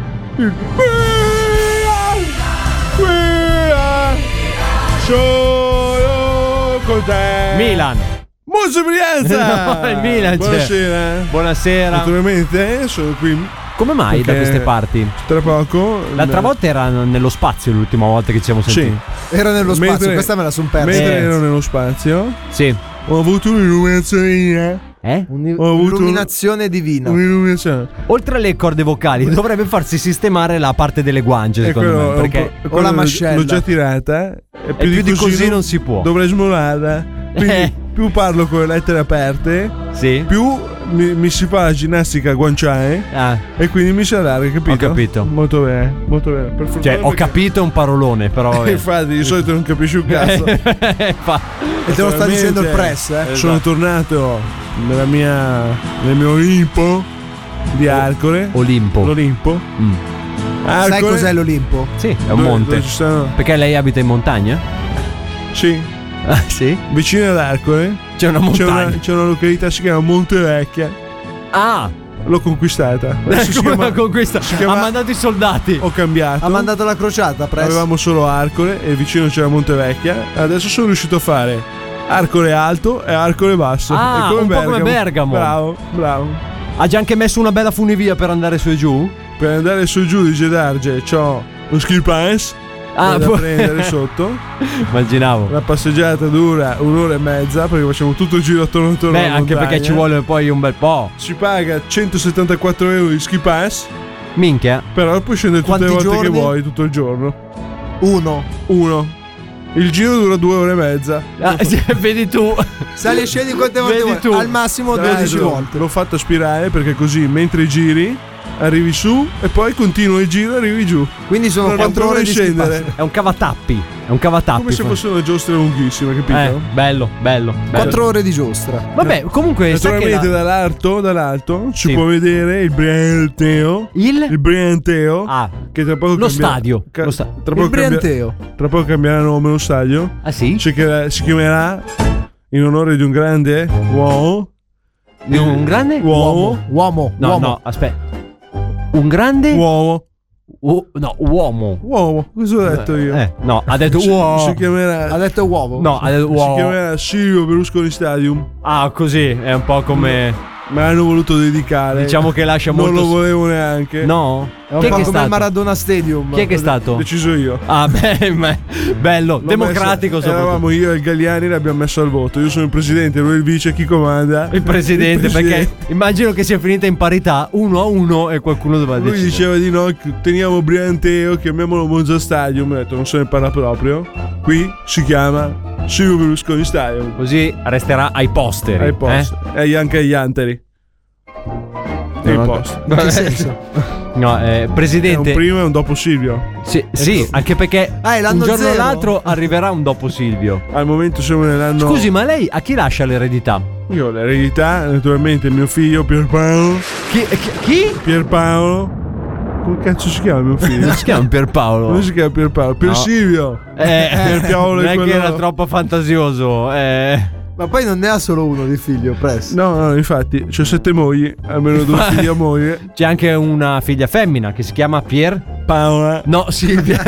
C: Sono ah. con te.
D: Milan.
C: Monza Brianza.
D: No, il Milan c'è.
C: Buonasera.
D: Buonasera.
C: Naturalmente sono qui
D: Come mai da
C: Perché-
D: queste parti?
C: tra poco.
D: L'altra volta era nello spazio l'ultima volta che ci siamo
C: Sì.
D: sentiti.
F: Era nello spazio,
C: Mentre-
F: questa me la son persa.
C: Mentre
D: Eh.
C: ero nello spazio,
D: Sì.
C: ho avuto un'illuminazione.
D: Eh?
C: Ho avuto
F: Illuminazione divina.
C: Un'illuminazione.
D: Oltre alle corde vocali, dovrebbe farsi sistemare la parte delle guance,
C: E
D: secondo
C: quello-
D: me. Perché
C: ho- quello l'ho- L'ho già tirata. eh. E
D: più di così non si può.
C: Dovrei smollarla. Quindi,
D: Eh.
C: più parlo con le lettere aperte,
D: Sì.
C: più mi, mi si fa la ginnastica a guanciale.
D: Ah.
C: E quindi mi si allarga, capito?
D: Ho capito.
C: Molto bene, molto bene. Per fortuna
D: Cioè, ho
C: perché-
D: capito è un parolone, però. eh.
C: Infatti, di solito non capisci un cazzo.
F: E te lo sta dicendo il press, eh?
C: Sono
D: Esatto.
C: tornato nella mia, nel mio Olimpo di Arcore.
D: Oh. Olimpo.
C: L'Olimpo.
D: Mm.
F: Sai
C: Arcore.
F: cos'è l'Olimpo?
D: Sì, è un
C: Dove-
D: monte.
C: dove ci sono-
D: Perché lei abita in montagna?
C: Sì.
D: Ah, sì?
C: Vicino ad Arcore
D: C'è una montagna.
C: C'è una, c'è una località si chiama Montevecchia.
D: Ah!
C: L'ho conquistata. Adesso si
D: Come
C: chiama-
D: la conquista?
C: si chiama-
D: Ha mandato i soldati.
C: Ho cambiato.
F: Ha mandato la crociata, presso.
C: Avevamo solo Arcore e vicino c'era Montevecchia. Adesso sono riuscito a fare Arcore alto e Arcore basso.
D: Ah,
C: È come
D: un po'
C: Bergamo.
D: come Bergamo.
C: Bravo, bravo.
D: Ha già anche messo una bella funivia per andare su e giù?
C: Per andare su e giù di Gedarge c'ho lo ski pass.
D: Ah,
C: da
D: poi-
C: prendere sotto.
D: Immaginavo.
C: La passeggiata dura un'ora e mezza perché facciamo tutto il giro attorno attorno
D: Beh,
C: alla
D: anche perché
C: montagna.
D: ci vuole poi un bel po'.
C: Si paga 174 euro di ski pass.
D: Minchia.
C: Però puoi scendere tutte le
F: Quanti
C: volte che
F: giorni?
C: vuoi, tutto il giorno.
F: Uno.
C: Uno. Il giro dura due ore e mezza.
D: Ah, sì, vedi tu.
F: Sali e scendi quante volte
D: Vedi
F: vuoi.
D: tu.
F: Al massimo
C: Tra
F: 12
C: l'altro,
F: volte.
C: L'ho fatto aspirare perché così mentre giri arrivi su e poi continui il giro e arrivi giù.
F: Quindi sono
C: Non
F: quattro
C: dovrei
F: ore di ski
C: scendere.
F: pass.
D: È un cavatappi. È un cavatappi.
C: Come se
D: fa-
C: fosse una giostra lunghissima, capito?
D: Ah, Eh, bello, bello. bello.
F: Quattro ore di giostra.
D: Vabbè, comunque. sai che
C: Naturalmente
D: la-
C: dall'alto, dall'alto si
D: Sì.
C: può vedere il Brianteo.
D: Il?
C: Il Brianteo.
D: Ah.
C: Che tra poco
D: Lo
C: cambia-
D: stadio, lo sta-
C: tra poco
F: Il
C: cambia- Cioè-
F: Brianteo.
C: tra poco cambierà nome lo stadio.
D: Ah, sì?
C: Si chiamerà, si chiamerà in onore di un grande uomo.
D: Di un grande.
C: Uomo.
F: Uomo.
D: No,
F: uomo.
D: no, aspetta. Un grande.
C: Uomo.
D: u- no, uomo.
C: Uomo. Cosa ho detto io?
D: Eh, no, ha detto
C: Si,
D: uomo.
C: si chiamerà.
F: Ha detto uovo.
D: No, ha detto
C: Si
D: uomo.
C: chiamerà Silvio Berlusconi Stadium.
D: Ah, così. È un po' come.
C: Me l'hanno voluto dedicare.
D: Diciamo che lascia
C: non
D: molto.
C: lo volevo neanche.
D: No?
F: È un
D: Chi
F: po'
D: è che è
F: come il
D: stato?
F: Maradona Stadium.
D: Chi è che è stato?
C: Deciso io.
D: Ah, beh, ma- bello,
C: L'ho
D: democratico
C: messo-
D: soprattutto.
C: Eravamo io e il Galliani l'abbiamo messo al voto. Io sono il presidente, lui è il vice, chi comanda?
D: Il presidente,
C: Il presidente.
D: perché immagino che sia finita in parità uno a uno e qualcuno doveva
C: Lui diceva
D: decidere.
C: di no, teniamo Brianteo, chiamiamolo Monza Stadium. Ho detto, non se ne parla proprio. Qui si chiama Silvio Berlusconi Stadium.
D: Così resterà ai posteri. eh?
C: Ai post. E anche agli anteri. Ai post.
F: In che senso?
D: eh? No, eh,
C: È un
D: presidente.
C: prima e un dopo Silvio.
D: sì, sì, anche perché
F: Ah, è
D: un
F: l'anno
D: giorno o
F: zero?
D: l'altro arriverà un dopo Silvio.
C: Al momento siamo nell'anno.
D: Scusi, ma lei a chi lascia l'eredità?
C: Io ho l'eredità, naturalmente, mio figlio Pierpaolo.
D: Chi? eh, chi- chi?
C: Pierpaolo. Come cazzo si chiama mio figlio?
D: Si chiama Pierpaolo.
C: Come si chiama Pierpaolo? Pier
D: No.
C: Silvio.
D: Eh,
C: Pierpaolo
D: non
C: è
D: è
C: quello-
D: che era troppo fantasioso. Eh.
F: Ma poi non ne ha solo uno di figlio, presso.
C: No, no, infatti, c'ho sette mogli, almeno due figli a moglie.
D: C'è anche una figlia femmina che si chiama Pier.
C: Paola.
D: No, Silvia.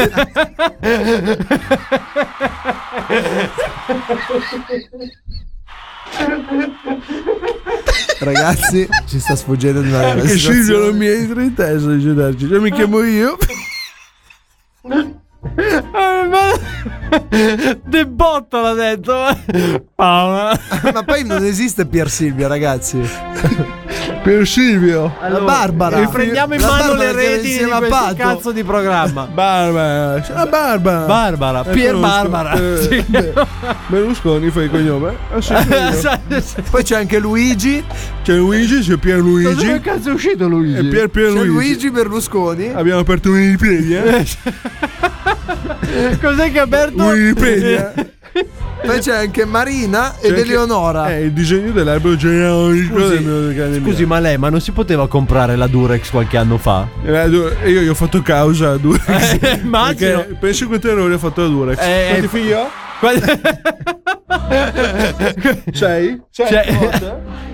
F: Ragazzi, ci sta sfuggendo di una
C: Che
F: realizzazione.
C: Silvio non mi entra in testa, dice Darci. Cioè, mi chiamo io.
D: De botto l'ha detto. Paola.
F: Ma poi non esiste Pier Silvio, ragazzi.
C: Pier Silvio.
F: la Barbara.
D: Riprendiamo in
F: La
D: mano
F: Barbara
D: le
F: che
D: reti di
F: insieme a
D: questo
F: Pato.
D: cazzo di programma.
C: Barbara. C'è La Barbara.
D: Barbara,
C: Eh,
D: Pier
C: conosco.
D: Barbara.
C: Eh,
D: Sì.
C: beh, Berlusconi fa il cognome. Ah, sì, io.
D: Esatto,
F: Poi c'è anche Luigi.
C: c'è Luigi, c'è Pier Luigi.
D: Dove cazzo è uscito Luigi?
C: E Pier Pier
F: C'è Luigi.
C: Luigi.
F: Berlusconi.
C: Abbiamo aperto Wikipedia.
D: Cos'è che ha aperto? Eh,
C: Wikipedia.
F: Poi c'è anche Marina
C: C'è
F: ed
C: anche-
F: Eleonora.
C: Eh, il disegno dell'albero genealogico del mio grande
D: Scusi, ma lei, ma non si poteva comprare la Durex qualche anno fa?
C: Milano. Eh, du- io gli ho fatto causa a Durex.
D: Eh, immagino.
C: Perché penso quanti errori ho fatto a Durex.
D: Eh,
C: Quanti
D: eh,
C: figli ho? Sei? Oh.
D: Cioè-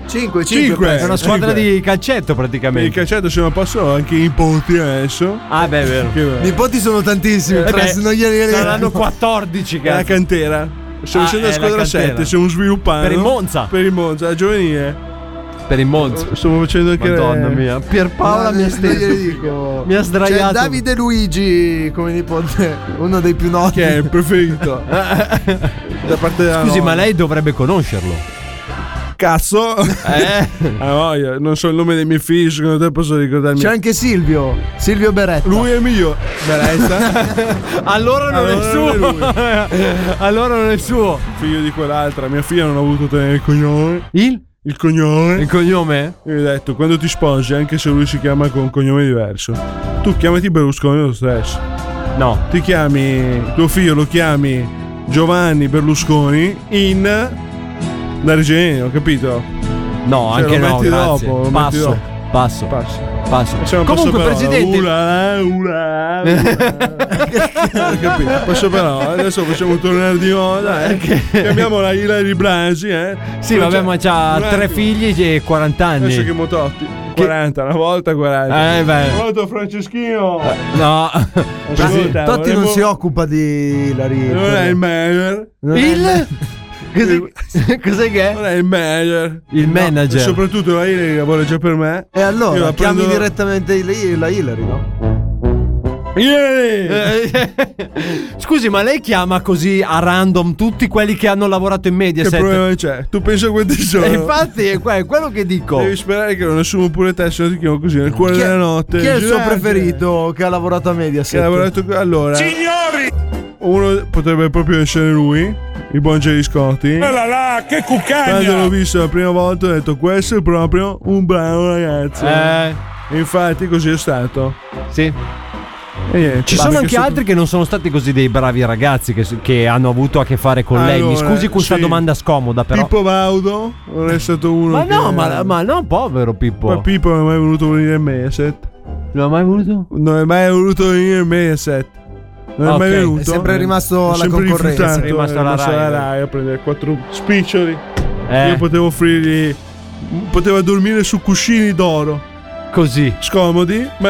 F: Cinque, cinque.
C: Cinque.
F: preso.
D: È una squadra di calcetto
C: Per il
D: praticamente.
C: calciato se non posso anche i ponti adesso.
D: Ah, beh, è vero.
C: Che bello.
F: Nipoti sono tantissimi.
D: Eh
F: Press,
D: beh,
F: non glieli
D: Saranno 14,
C: È la
D: cazzo.
C: cantera. Stiamo
D: Ah,
C: uscendo
D: è
C: la
D: la
C: squadra
D: cantera.
C: 7, stiamo sviluppando.
D: Per il Monza.
C: Per il Monza, la giovanile.
D: Per il Monza.
C: Stiamo facendo anche
D: Madonna mia. Pierpaola mi ha steso.
F: dico.
C: Cioè,
D: Mi ha
F: C'è
D: sdraiato.
F: Davide Luigi come nipote, uno dei più noti.
C: Che è il preferito. da parte della
D: Scusi,
C: nonna.
D: ma lei dovrebbe conoscerlo.
C: Cazzo. Eh. voglia, non so il nome dei miei figli, secondo te posso ricordarmi.
F: C'è anche Silvio, Silvio Beretta.
C: Lui è mio.
D: Beretta. allora non
C: Allora
D: è suo.
C: non
D: allora non è suo.
C: Figlio di quell'altra, mia figlia non ha voluto tenere il cognome.
D: Il?
C: Il cognome.
D: Il cognome?
C: Io gli ho detto, quando ti sposi, anche se lui si chiama con un cognome diverso, tu chiamati Berlusconi lo stesso.
D: No.
C: Ti chiami, tuo figlio lo chiami Giovanni Berlusconi in D'Argenio, capito?
D: No,
C: Cioè,
D: anche
C: lo
D: no,
C: metti
D: grazie.
C: dopo, lo metti
D: passo,
C: dopo.
D: passo,
C: passo,
D: passo.
C: Facciamo un
D: Comunque,
C: passaparola.
D: presidente,
C: Ula, ula, ula. Ho capito. Passo però, adesso facciamo tornare di moda. Eh. Chiamiamo la Hilary Blasi. Eh.
D: Sì, vabbè, ma c'ha
C: Un
D: tre
C: attimo.
D: figli e 40
C: Adesso
D: anni.
C: che Mototti. 40, una volta 40.
D: Eh, beh. Eh,
C: Pronto Franceschino.
D: No.
C: Ascolta,
F: Totti non
C: volevo-
F: si occupa di
D: Ah,
F: Hilary.
C: Non è il manager.
F: Non è-
D: Il? Cos'è, cos'è che è?
C: Non è il manager.
D: Il manager.
C: No, soprattutto la Hilary lavora già per me.
F: E
C: Io
F: allora
C: la
F: chiami
C: prendo-
F: direttamente il- la Hilary, no?
C: Hilary!
D: Eh, Scusi, ma lei chiama così a random tutti quelli che hanno lavorato in
C: Che
D: Mediaset?
C: problema c'è? Tu pensi a quanti sono?
D: E infatti è que- è quello che dico.
C: Devi sperare che non assumo pure te, se no ti chiamo così nel cuore
F: Oh. Chi è,
C: della notte.
F: chi è il suo
C: Girardi.
F: preferito che ha lavorato a Mediaset?
C: Che ha lavorato allora.
J: Signori!
C: Uno potrebbe proprio essere lui, il buon Jerry Scotti.
J: la la, Eh che
C: Quando l'ho
J: cucagna!
C: visto la prima volta ho detto questo è proprio un bravo ragazzo.
D: Eh,
C: Infatti così è stato.
D: sì.
C: E niente,
D: Ci sono
C: perché
D: anche
C: sono-
D: altri che non sono stati così dei bravi ragazzi che, che hanno avuto a che fare con lei. Mi
C: Allora,
D: scusi questa
C: sì.
D: domanda scomoda, però.
C: Pippo Baudo non è stato uno.
D: ma no,
C: che-
D: ma, ma no, povero
C: Ma
D: Pippo.
C: Pippo non è mai voluto venire in Mediaset.
D: non ha mai voluto?
C: Non è mai voluto venire in Mediaset. Non
D: Ok,
C: è mai
D: è
C: venuto.
F: sempre rimasto alla
C: sempre eh,
F: concorrenza.
C: rifiutato,
D: È rimasto
C: è
D: alla
C: rimasto alla
D: Rai.
C: Rai a prendere quattro spiccioli.
D: Eh,
C: Io potevo offrirgli. Poteva dormire su cuscini d'oro.
D: così.
C: Scomodi, ma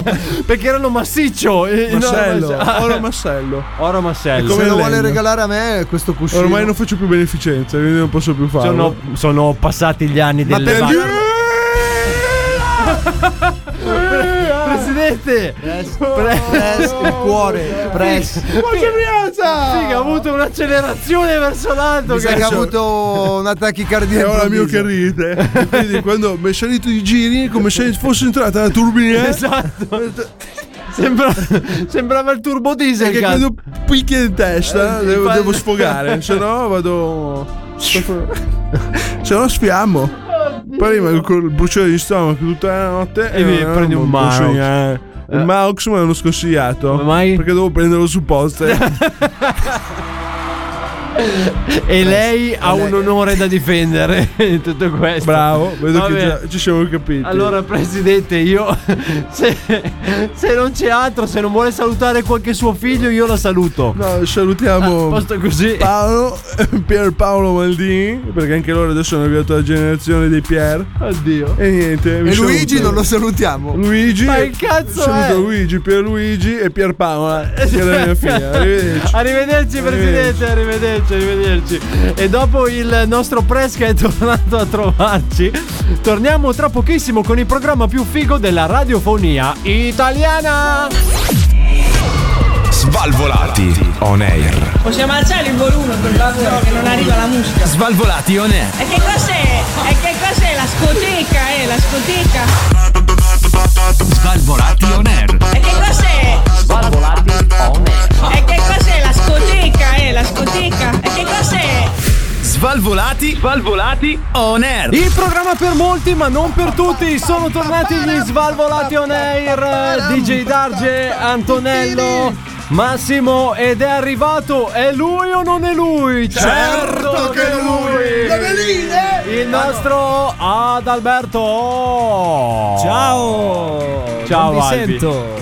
C: d'oro.
D: Perché erano massiccio. eh, no,
C: Massello,
D: ah,
C: oro massello.
D: oro massello.
C: È come
F: Se lo
C: Lennon.
F: vuole regalare a me questo cuscino.
C: Ormai non faccio più beneficenza, quindi non posso più farlo.
D: Sono, sono passati gli anni
F: Ma
D: delle
F: perché-
D: varie- Presidente!
F: Press, Eh, il cuore, press.
D: Figa, ha avuto un'accelerazione verso l'alto.
F: Mi sa che ha
D: cazzo.
F: avuto un attacchicardia.
C: E esatto. ora mio che
F: improvviso.
C: ride. Quindi quando mi è salito i giri, come se fosse entrata la
F: Eh,
C: turbina.
D: Esatto. Sembra- sembrava il turbo diesel.
C: Perché
D: cazzo.
C: quando picchia in testa
D: Eh,
C: devo,
D: infatti.
C: devo sfogare, se no vado. se no sfiammo. Poi rimango con il bruciore di stomaco tutta la notte
D: E mi
C: non-
D: Eh, prendi un
C: non
D: Marox.
C: sognare.
D: Eh.
C: Il Marox me l'hanno sconsigliato.
D: Come mai? Certo.
C: Perché devo prenderlo su poste.
D: E Eh, lei ha un onore da difendere in tutto questo.
C: Bravo, vedo
D: Vabbè.
C: che già ci siamo capiti.
D: Allora, presidente, io se, se non c'è altro, se non vuole salutare qualche suo figlio, io la saluto.
C: No, salutiamo
D: Posto così.
C: Paolo, Pierpaolo Maldini, perché anche loro adesso hanno arrivato la generazione dei Pier.
D: Addio.
C: E niente. vi
F: E Luigi
C: saluto.
F: non lo salutiamo.
C: Luigi.
D: Ma che cazzo
C: Saluto
D: è?
C: Luigi, Pierluigi e Pierpaola, che è la mia figlia. Arrivederci.
D: Arrivederci presidente, arrivederci, arrivederci. E dopo il nostro press che è tornato a trovarci, torniamo tra pochissimo con il programma più figo della radiofonia italiana.
H: Svalvolati on air.
N: Possiamo alzare il volume per favore che non arriva la musica.
H: Svalvolati on air.
N: E che cos'è? E che cos'è la scoteca, eh? La scoteca.
H: Svalvolati on air.
N: E che cos'è?
H: Svalvolati on air.
N: E che cos'è la scoteca, eh? La scoteca. E che cos'è?
H: Svalvolati. Svalvolati on air.
D: Il programma per molti ma non per tutti, sono tornati gli svalvolati on air, DJ Darge, Antonello, Massimo ed è arrivato, è lui o non è lui? Certo che è lui! Il nostro Adalberto! Ciao! Ciao Albi.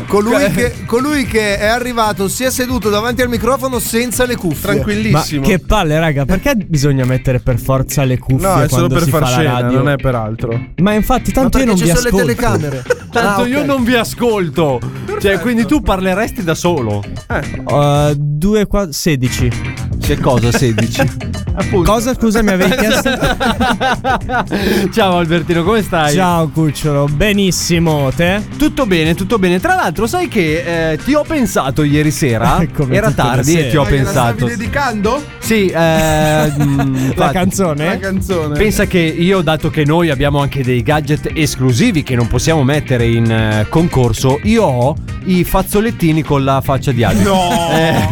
F: Colui che, colui che è arrivato si è seduto davanti al microfono senza le cuffie.
C: Tranquillissimo.
O: Che palle, raga, perché bisogna mettere per forza le cuffie
C: No, è solo
O: quando
C: per
O: si
C: far
O: fa la
C: scena,
O: radio?
C: non è per altro.
O: Ma infatti
F: Ma
O: tanto
F: perché
O: io non
F: ci
O: vi
F: sono
O: ascolto.
F: le telecamere.
D: Tanto
F: Ah, ok.
D: io non vi ascolto. Cioè, quindi tu parleresti da solo.
O: Uh, 2 qua- 16.
D: Che cosa 16?
O: Cosa scusa mi avevi chiesto?
D: Ciao Albertino, come stai?
O: Ciao Cucciolo, benissimo, te?
D: Tutto bene, tutto bene. Tra l'altro, sai che eh, ti ho pensato ieri sera?
O: Come
D: Era
O: tutte le
D: tardi
O: sere.
D: e ti ho
O: Ma che la
D: pensato.
C: stavi dedicando?
D: Sì, eh, mm,
O: La
D: infatti.
O: canzone?
C: La canzone.
D: Pensa che io, dato che noi abbiamo anche dei gadget esclusivi che non possiamo mettere in eh, concorso, io ho i fazzolettini con la faccia di Eh,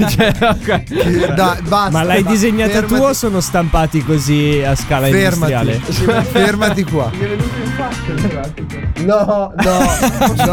D: cioè, Albertino.
O: No!
C: Eh,
F: Dai, basta,
O: Ma l'hai
F: va-
O: disegnata
F: fermati.
O: tu o sono stampati così a scala
F: Fermati.
O: industriale?
F: Fermati qua. No, no, no,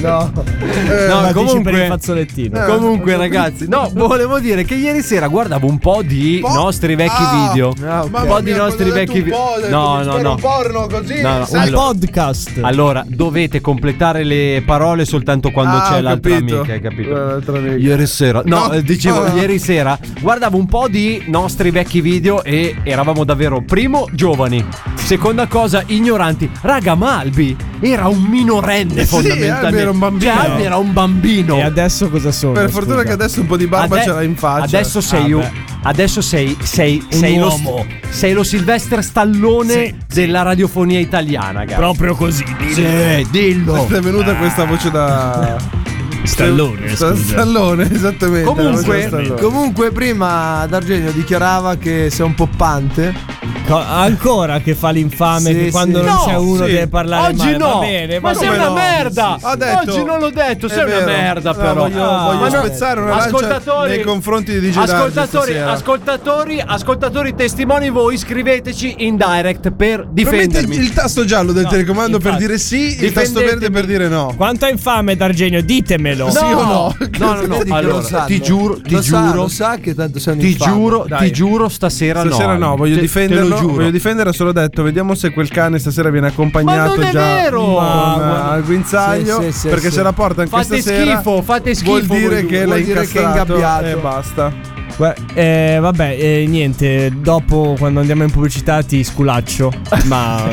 F: no.
D: No,
C: Eh,
O: no, comunque
D: comunque-
O: Eh,
D: Eh,
O: per il fazzolettino.
D: Comunque, ragazzi, no, volevo dire che ieri sera guardavo un po' di nostri vecchi
O: Ah,
D: video.
O: ah, ok.
D: Un po' di nostri vecchi video. No, no, no.
F: porno così.
D: No, no,
O: un
D: allora-
O: podcast.
D: Allora, dovete completare le parole soltanto quando
O: Ah,
D: c'è
O: ho
D: l'altra
O: capito.
D: amica, hai capito? Ieri sera. No,
O: No.
D: eh, dicevo,
O: Ah.
D: ieri sera guardavo un po' di nostri vecchi video e eravamo davvero, primo, giovani. Seconda cosa, ignoranti. Raga, Malbi era un minorenne
C: Sì,
D: fondamentalmente.
C: Albi era un bambino.
D: Cioè, Albi era un bambino.
O: E adesso cosa sono?
C: Per fortuna
O: scusa?
C: che adesso un po' di barba
D: Ade-
C: ce l'ha in faccia.
D: Adesso sei
C: Ah,
D: un-
C: beh.
D: Adesso sei, sei,
O: Un
D: sei, lo,
O: uomo.
D: sei lo Sylvester Stallone della radiofonia italiana, cara.
O: Proprio così, dillo.
D: Sì, dillo.
C: È venuta questa voce da.
O: Stallone,
C: Sta-
O: scusa.
C: Stallone, esattamente. la voce da
F: Comunque,
C: Stallone.
F: comunque prima D'Argenio dichiarava che sei un poppante.
O: Co- ancora che fa l'infame
F: Sì,
O: che
F: sì.
O: quando non
F: No,
O: c'è uno
F: sì.
O: deve parlare
D: Oggi
O: male.
D: no.
O: Va bene,
D: Ma
O: va
D: sei
O: bene.
D: una
O: No,
D: merda.
O: sì, sì, sì.
D: Oggi non l'ho detto,
C: È
D: sei una
C: vero.
D: merda,
C: No,
D: però.
C: Voglio,
D: Ah.
C: voglio
D: Ma no,
C: spezzare una lancia
D: ascoltatori,
C: nei confronti di DJ
D: ascoltatori,
C: Darge stasera.
D: ascoltatori, ascoltatori, testimoni voi, scriveteci in direct per
C: Veramente
D: difendermi.
C: il tasto giallo del
O: No,
C: telecomando per
O: infatti.
C: dire sì, il tasto verde per dire no.
O: Quanto è infame D'Argenio? Ditemelo.
C: Sì o no?
D: No, no, no,
F: Vedi che
D: allora,
F: lo sanno.
D: ti giuro, ti
F: Lo sa,
D: giuro,
F: lo sa che tanto sei un
D: ti
F: infame.
D: giuro,
F: Dai.
D: ti giuro, stasera,
C: Stasera no,
D: no
C: voglio
D: Te- te
C: difenderlo.
D: lo giuro.
C: Voglio difendere, ho solo detto, vediamo se quel cane stasera viene accompagnato
D: Ma non è
C: già
D: vero!
C: con,
D: Ma
C: eh,
D: guarda-
C: al guinzaglio.
D: Sì, sì, sì,
C: perché
D: sì.
C: se la porta anche
D: Fate
C: stasera.
D: schifo, fate schifo
C: Vuol dire
D: voi due.
C: che l'ha
D: Vuol dire che è
C: incastrato
D: ingabbiato.
C: e basta.
O: Gua- eh, vabbè, eh, niente. Dopo, quando andiamo in pubblicità, ti sculaccio. Ma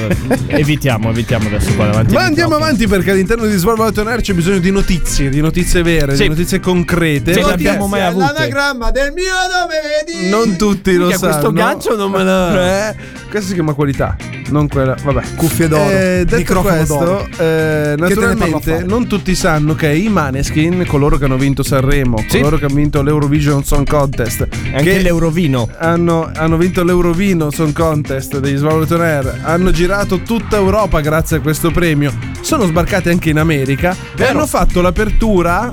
O: evitiamo, evitiamo adesso qua davanti.
C: Ma andiamo avanti perché all'interno di Svalvolato Air c'è bisogno di notizie, di notizie vere,
O: Sì.
C: di notizie concrete.
O: Sì,
C: Notizie-
O: le abbiamo mai avute.
F: L'anagramma del mio nome, vedi?
C: Non tutti lo
D: Minchia,
C: sanno.
D: Cioè, questo gancio non me la-
C: Eh, questo si chiama qualità, non quella. Vabbè.
F: Cuffie d'oro.
C: Eh, detto
F: Microfono d'oro.
C: questo, eh,
F: ne parlo a
C: naturalmente
F: fare?
C: non tutti sanno che i Maneskin, coloro che hanno vinto Sanremo,
D: Sì.
C: coloro che hanno vinto l'Eurovision Song Contest,
O: Anche
C: che
O: l'Eurovino.
C: hanno, hanno vinto l'Eurovino Song Contest degli Svalvolator Air, hanno girato tutta Europa grazie a questo premio, sono sbarcati anche in America e
D: Vero.
C: hanno fatto l'apertura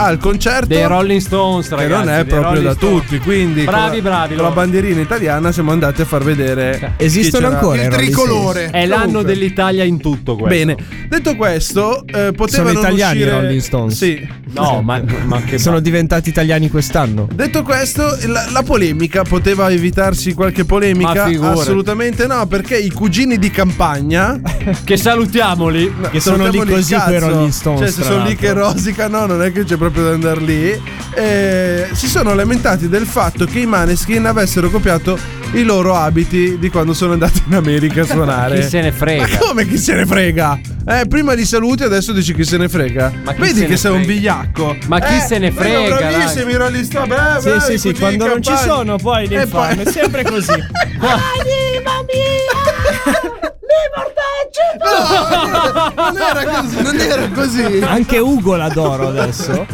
C: al concerto
D: dei Rolling Stones,
C: che
D: ragazzi.
C: non è
D: dei
C: proprio
D: Rolling
C: da
D: Stones.
C: tutti, quindi con,
D: Bravi,
C: la-
D: bravi.
C: con la
D: loro. Cioè,
C: bandierina italiana siamo andati a far vedere
O: Esistono
C: chi c'era.
O: ancora i
C: il
O: Rolling
C: tricolore.
D: È l'anno
C: Comunque.
D: dell'Italia in tutto questo.
C: Bene, detto questo, eh, potevano
O: Sono italiani i
C: uscire...
O: Rolling Stones.
C: Sì.
D: No, ma, ma che
O: Esatto. Sono diventati italiani quest'anno.
C: Detto questo, la, la polemica poteva evitarsi qualche
D: Ma
C: polemica?
D: figurati.
C: Assolutamente no, perché i cugini di campagna
D: Che salutiamoli.
O: Che sono lì
C: Salutiamoli il
O: così
C: cazzo.
O: quei Rolling Stones,
C: Cioè, se
O: tra
C: sono lì
O: l'altro.
C: che rosicano, non è che c'è proprio da andare lì. Eh, si sono lamentati del fatto che i Maneskin avessero copiato i loro abiti di quando sono andati in America a suonare.
D: Chi se ne frega?
C: Ma come chi se ne frega? Eh, prima li saluti, adesso dici chi se ne frega.
D: Ma chi
C: Vedi
D: se
C: che
D: ne
C: sei un
D: frega?
C: vigliacco.
D: Ma chi
C: Eh,
D: se ne
C: quello
D: frega, dai.
C: Bravissimi, Rolling Stone. eh, Bravi,
O: Sì,
C: bravi,
O: sì, sì,
C: cugini
O: quando
C: di
O: non ci
C: campagna.
O: sono poi
C: E poi-
O: l'infame, è sempre così.
C: No, non era così, non era così.
O: Anche Ugo l'adoro adesso.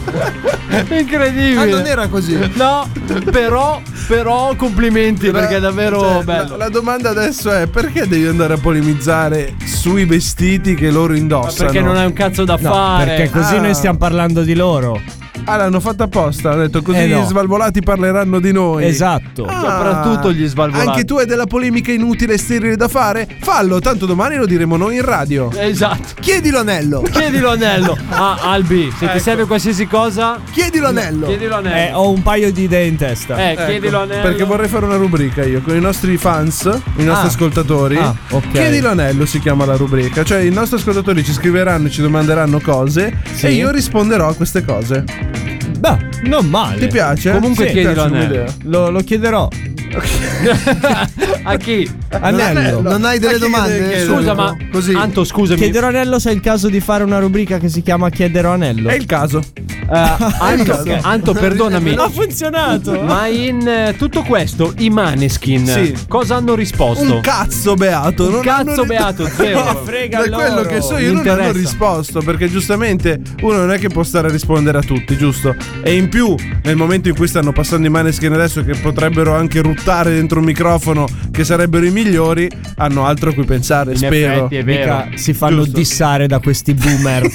D: Incredibile.
F: Ah, non era così.
D: No, però, però complimenti perché è davvero
C: Cioè,
D: bello.
C: La, la domanda adesso è perché devi andare a polemizzare sui vestiti che loro indossano?
D: perché non hai un cazzo da
O: No,
D: fare.
O: perché così
C: Ah.
O: noi stiamo parlando di loro.
C: Ah, l'hanno fatta apposta. Hanno detto così
O: Eh no.
C: gli svalvolati parleranno di noi.
O: Esatto.
C: Ah,
D: Soprattutto gli svalvolati.
C: Anche tu hai della polemica inutile e sterile da fare? Fallo, tanto domani lo diremo noi in radio.
O: Eh.
D: Esatto.
F: Chiedi l'anello.
D: Chiedilo anello. Ah, Albi, se
C: Ecco.
D: ti serve qualsiasi cosa,
F: Chiedi l'anello.
D: chiedilo
O: Eh,
D: anello.
O: ho un paio di idee in testa.
D: Eh,
C: Ecco,
D: chiedilo anello.
C: Perché vorrei fare una rubrica io con i nostri fans, i nostri
O: Ah.
C: ascoltatori.
O: Ah, ok.
C: Chiedi l'anello si chiama la rubrica. Cioè, i nostri ascoltatori ci scriveranno, ci domanderanno cose
O: Sì.
C: e io risponderò a queste cose.
O: Beh, non male.
C: Ti piace?
D: Comunque
C: Sì,
D: chiedilo
C: piace come
D: anello.
C: idea.
O: Lo, lo chiederò.
D: A chi?
F: Anello. Non hai delle domande?
D: Scusa, ma
F: Così.
D: Anto, scusami.
O: Chiederò anello se è il caso di fare una rubrica che si chiama Chiederò anello.
D: È il caso. Eh, Anto,
O: Anello.
D: Anto, perdonami.
O: Ha funzionato.
D: Ma in eh, tutto questo i Maneskin
C: Sì.
D: cosa hanno risposto?
C: Un cazzo beato.
D: Un
C: non
D: cazzo
C: hanno-
D: beato, zero. Ma frega
C: Da
D: loro,
C: quello che so
D: mi
C: io non hanno
D: interessa.
C: risposto perché giustamente uno non è che può stare a rispondere a tutti, giusto? E in più nel momento in cui stanno passando i maneskin adesso che potrebbero anche ruttare dentro un microfono che sarebbero i migliori, hanno altro a cui pensare, spero.
D: effetti, è vero.
O: Mica si fanno
C: Giusto.
O: dissare da questi boomer.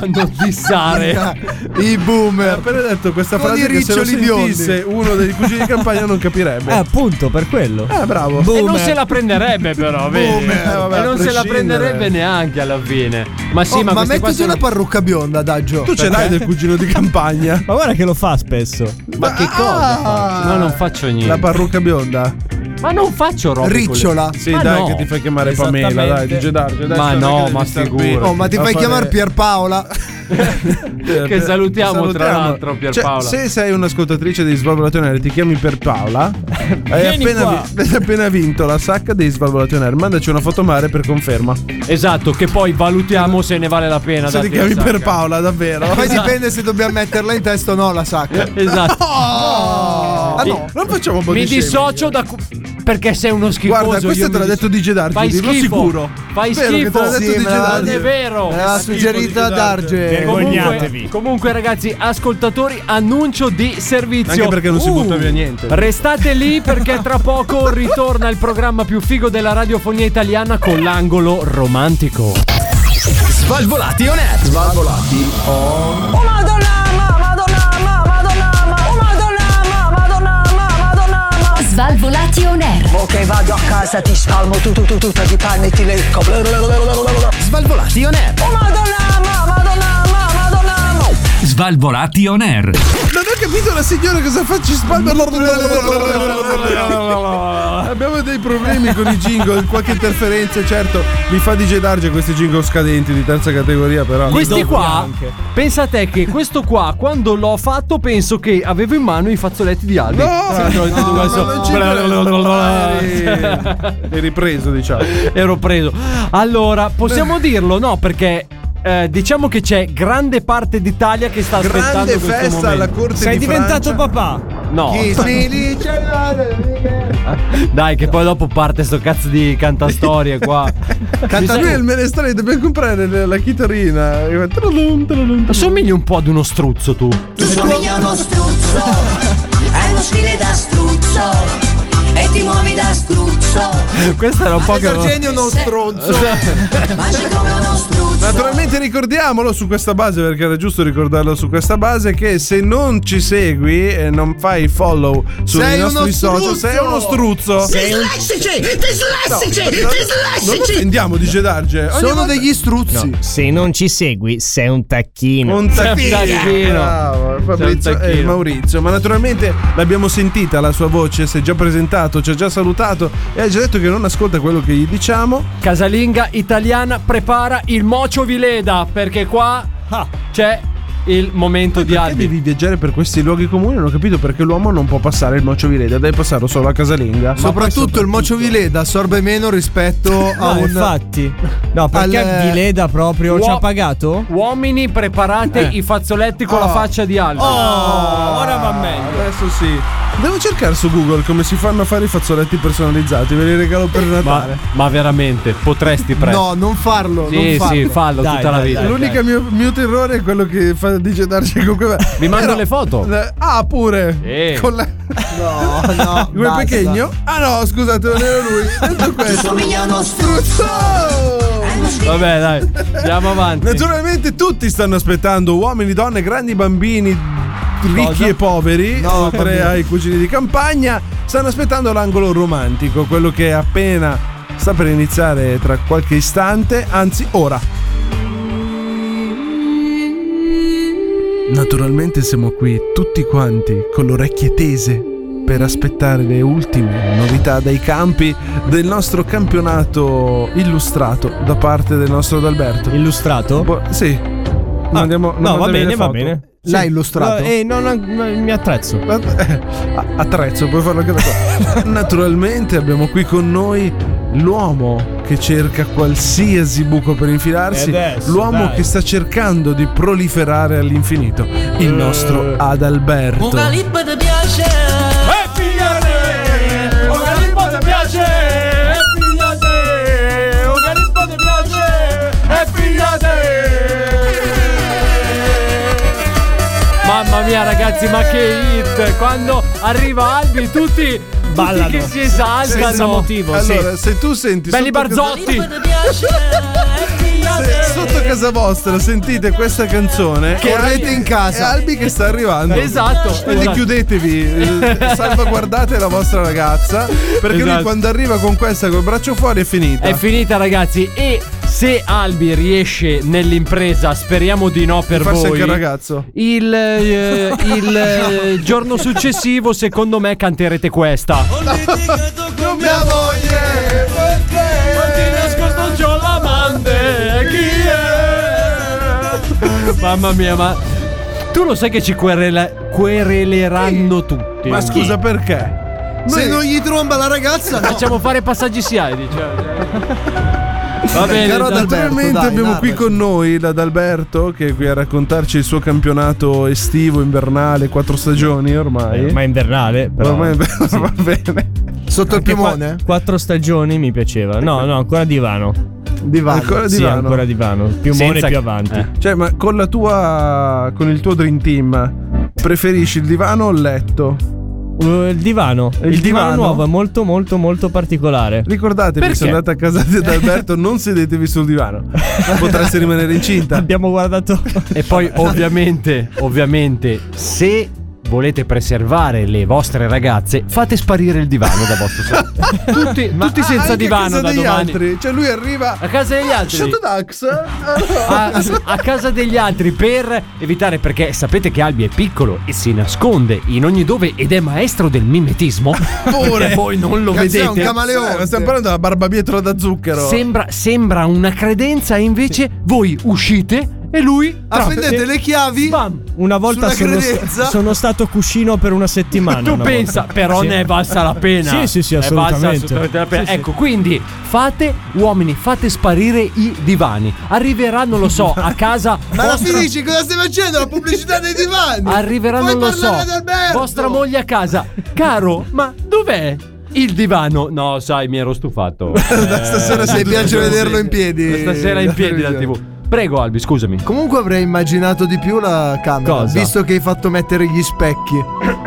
D: Fanno dissare.
F: I boomer.
C: Eh, appena detto questa
F: Con i
C: frase che se lo
F: riccioli biondi.
C: sentisse uno dei cugini di campagna non capirebbe.
O: Eh, appunto, per quello.
C: Eh, bravo.
D: E non se la prenderebbe però, vedi?
C: Boomer. Eh, vabbè,
D: e non
C: a
D: se la
C: prescindere.
D: prenderebbe neanche alla fine. Ma sì,
F: Oh,
D: ma,
F: ma
D: queste
F: mettiti
D: qua sono-
F: una parrucca bionda, Daggio.
C: Tu ce l'hai del cugino di campagna?
O: Ma guarda che lo fa spesso.
D: Ma che cosa faccio? Ma non faccio niente.
C: ah! La parrucca biondo?
D: Ma non faccio roba. Ah,
F: Ricciola.
C: Sì, dai, che ti fai chiamare Pamela, dai, dice Darge. dai,
D: Ma
C: sta-
D: no,
C: non è che
D: ma
C: devi star qui
D: figurati.
F: Oh, ma ti
C: a
F: fai
C: fare-
F: chiamare Pierpaola?
D: Che salutiamo, tra l'altro Pierpaola.
C: Cioè, se sei un'ascoltatrice dei Svalvolationer e ti chiami Pierpaola, hai
D: Vieni
C: appena,
D: qua.
C: vi- hai appena vinto la sacca dei Svalvolationer. Mandaci una foto mare per conferma.
D: Esatto, che poi valutiamo se ne vale la pena.
C: se
D: darti
C: ti
D: la
C: chiami
D: sacca.
C: Pierpaola, davvero.
F: Poi dipende se dobbiamo metterla in testa o no la sacca.
D: Esatto.
F: Ah no,
C: Non facciamo body
D: Mi
C: shaming.
D: dissocio da. cu- perché sei uno schifoso.
C: Guarda, questo
D: io
C: te
D: mi
C: l'ha
D: dis-
C: detto DJ Darge,
D: Fai
C: dirlo
D: schifo.
C: sicuro.
D: Fai
C: Vero che te l'ha
D: schifo.
C: detto Eh, DJ
D: Non
C: Darge.
D: è vero.
F: Me l'ha
D: Schifo,
F: suggerita
D: dice
C: Eh,
F: Darge.
D: Comunque, comunque, ragazzi, ascoltatori, annuncio di servizio. Uh.
C: Anche perché non si butta via niente.
D: Restate lì perché tra poco ritorna il programma più figo della radiofonia italiana con l'angolo romantico.
H: Svalvolati on air. Svalvolati on
P: Oh madonna, ma, madonna, ma, madonna, ma, oh madonna, ma, madonna, ma, madonna, ma.
A: Svalvolati on air.
P: Ok, vado a casa, ti spalmo tu, tu, tu, tutta di panne e ti lecco. Blablabla.
H: Svalvolati on air.
P: Oh madonna, ma, madonna, ma, madonna, ma.
H: Svalvolati on air.
C: Non ho capito la signora cosa fa, ci spalma. Abbiamo dei problemi con i jingle, qualche interferenza, certo. Li fa DJ Darge questi jingle scadenti di terza categoria, però.
D: Questi qua,
O: anche.
D: pensate che questo qua, quando l'ho fatto, penso che avevo in mano i fazzoletti di Aldi. Sì, ho detto questo.
C: non ci credo. Eri eri preso, diciamo.
D: Ero preso. Allora, possiamo
C: Eh.
D: dirlo? No, perché eh, diciamo che c'è grande parte d'Italia che sta aspettando
C: Grande
D: questo
C: festa alla
D: momento.
C: corte
O: Sei
C: di
O: diventato
C: Francia.
O: papà.
D: No,
F: Chi
D: dai, che poi dopo parte sto cazzo di cantastorie qua.
C: Canta lui è il menestrello, dobbiamo comprare le- la chitarrina. E va tralum, tralum.
D: Somigli un po' ad uno struzzo tu.
P: Tu somigli a uno struzzo, hai uno stile da struzzo e ti muovi da struzzo.
D: Questo era un po' che.
F: Genio non stronzo.
P: Mangi come uno struzzo.
C: Naturalmente ricordiamolo su questa base perché era giusto ricordarlo su questa base che se non ci segui e non fai follow sui
F: Sei uno
C: nostri social
F: struzzo!
C: sei uno struzzo.
L: Dislessici! Dislessici!
C: Non
L: Dislessici!
C: offendiamo dice Darge. Ogni
F: Sono
C: volta-
F: degli struzzi.
O: Se non ci segui, sei un tacchino.
C: Un tacchino.
D: tacchino.
C: Bravo, Fabrizio
D: C'è un
C: e
D: tacchino.
C: Maurizio. Ma naturalmente l'abbiamo sentita la sua voce, si è già presentato, ci ha già salutato e ha già detto che non ascolta quello che gli diciamo.
D: Casalinga italiana prepara il mocio vileda perché qua c'è il momento di
C: Perché
D: Albi.
C: devi viaggiare per questi luoghi comuni? Non ho capito perché l'uomo non può passare il mocio vileda, deve passarlo solo a casalinga.
F: Soprattutto il mocio vileda assorbe meno rispetto a
C: Ah,
O: No,
F: un.
O: infatti. No, perché
C: eh,
F: Al- eh,
O: Vileda proprio ci
D: Uo-
O: ha pagato?
D: Uomini, preparate i fazzoletti con la faccia di Albi.
O: Oh, ora va meglio.
C: Adesso sì. Devo cercare su Google come si fanno a fare i fazzoletti personalizzati, ve li regalo per
D: Ma,
C: Natale.
D: ma veramente, potresti presto.
F: No, non farlo.
D: sì,
F: non farlo.
D: sì, fallo
O: Dai,
D: tutta la
O: dai,
D: vita.
O: dai.
C: L'unico mio, mio terrore è quello che fa dice darci con quella.
D: Mi mando le foto.
C: Eh, Ah, pure.
D: Sì.
C: Con la...
F: No, no.
C: Quel
F: basta.
C: pechegno? Ah no, scusate, non era lui. Detto questo.
F: Eh,
C: Struzzo!
D: Vabbè, dai, andiamo avanti.
C: Naturalmente tutti stanno aspettando, uomini, donne, grandi, bambini, ricchi e poveri, oltre ai cugini di campagna, stanno aspettando l'angolo romantico, quello che appena sta per iniziare tra qualche istante, anzi ora. Naturalmente siamo qui tutti quanti con le orecchie tese per aspettare le ultime novità dai campi del nostro campionato illustrato da parte del nostro Adalberto.
O: Illustrato?
C: Boh, sì. Mandiamo-
O: Ah,
D: Ah.
O: no, va
C: mandatemi le
O: bene, va
C: foto.
O: bene. Sì.
F: L'hai illustrato?
O: No, eh, no, no, mi attrezzo.
C: eh, Attrezzo, puoi farlo anche da qua. Naturalmente abbiamo qui con noi l'uomo che cerca qualsiasi buco per infilarsi,
O: E adesso,
C: l'uomo
O: dai.
C: che sta cercando di proliferare all'infinito,
O: Eh.
C: il nostro Adalberto.
L: Una lippa ti piace E pigliate Una lippa ti piace E pigliate Una lippa ti piace E pigliate
D: Mamma mia, ragazzi, ma che hit! Quando arriva Albi, tutti, tutti
C: Ballano.
D: che si esaltano.
C: Senza motivo, Allora, sì. se tu senti
D: Belli
C: sotto-
D: Barzotti! eh,
C: Se sotto casa vostra sentite questa canzone
F: Che
C: è
F: avete
C: Albi-
F: in casa.
C: È Albi che sta arrivando.
F: Esatto,
C: Quindi
F: esatto.
C: chiudetevi, eh, salvaguardate la vostra ragazza. Perché
D: Esatto.
C: lui quando arriva con questa col braccio fuori è finita.
D: È finita, ragazzi. E se Albi riesce nell'impresa, speriamo di no per
C: Farsi
D: voi.
C: anche il ragazzo.
D: Il, eh, il, eh, giorno successivo, secondo me, canterete questa.
L: Con mia moglie Perché Quanti nascosto già l'amante Chi è
D: Mamma mia, ma tu lo sai che ci querela- quereleranno tutti.
C: Ma scusa, perché?
F: Se non gli tromba la ragazza, no.
D: Facciamo fare passaggi siari. cioè. Va bene,
C: Caro
D: dai.
C: Adalberto,
D: dai,
C: Esatto. abbiamo
D: dai,
C: qui
D: dai.
C: con noi l'Adalberto che è qui a raccontarci il suo campionato estivo, invernale, quattro stagioni ormai.
O: Eh, ma invernale, però.
C: Ormai invernale, va bene.
F: Sotto
O: il piumone? quattro stagioni mi piaceva. No, no, ancora divano.
F: Divano.
C: Ancora
O: Sì,
C: divano.
O: ancora divano. Piumone
C: Senza-
O: più avanti.
D: Eh.
C: Cioè, ma con la tua. con il tuo Dream Team, preferisci il divano o il letto?
O: Uh, il divano. Il, divano, nuovo è molto molto molto particolare.
C: Ricordatevi,
O: Perché?
C: se andate a casa di Adalberto, non sedetevi sul divano. Potreste rimanere incinta.
O: Abbiamo guardato.
D: E poi ovviamente, ovviamente, se volete preservare le vostre ragazze, fate sparire il divano da vostro salotto. tutti,
C: Ah, Anche
D: tutti senza
C: a casa
D: divano da
C: degli
D: domani. Eh,
C: altri. Cioè, lui arriva.
D: A casa degli altri.
C: Shut Eh,
D: A, a casa degli altri per evitare perché sapete che Albi è piccolo e si nasconde in ogni dove ed è maestro del mimetismo perché voi non lo vedete
C: Ma stiamo parlando della barbabietola da zucchero.
D: sembra, sembra una credenza e invece voi uscite e lui eh,
F: Appendete le chiavi.
O: Una volta
F: Sulla
O: sono,
F: credenza.
O: sono stato cuscino per una settimana.
D: Tu
O: una
D: pensa,
O: volta.
D: però
O: Sì.
D: ne è valsa la pena.
O: Sì, sì, sì,
D: Ne è valsa
O: assolutamente.
D: assolutamente la pena.
O: Sì, sì.
D: ecco, quindi fate, uomini, fate sparire i divani. Arriveranno, lo so, a casa.
F: Ma la
D: vostra-
F: finisci? Cosa stai facendo? La pubblicità dei divani?
D: Arriverà,
F: Puoi
D: non lo so.
F: parlare ad Alberto.
D: Vostra moglie a casa. Caro, ma dov'è il divano? No, sai, mi ero stufato.
F: Stasera se piace vederlo in piedi.
D: Stasera in piedi la TV. Prego, Albi, scusami.
F: Comunque avrei immaginato di più la camera.
D: Cosa?
F: Visto che hai fatto mettere gli specchi.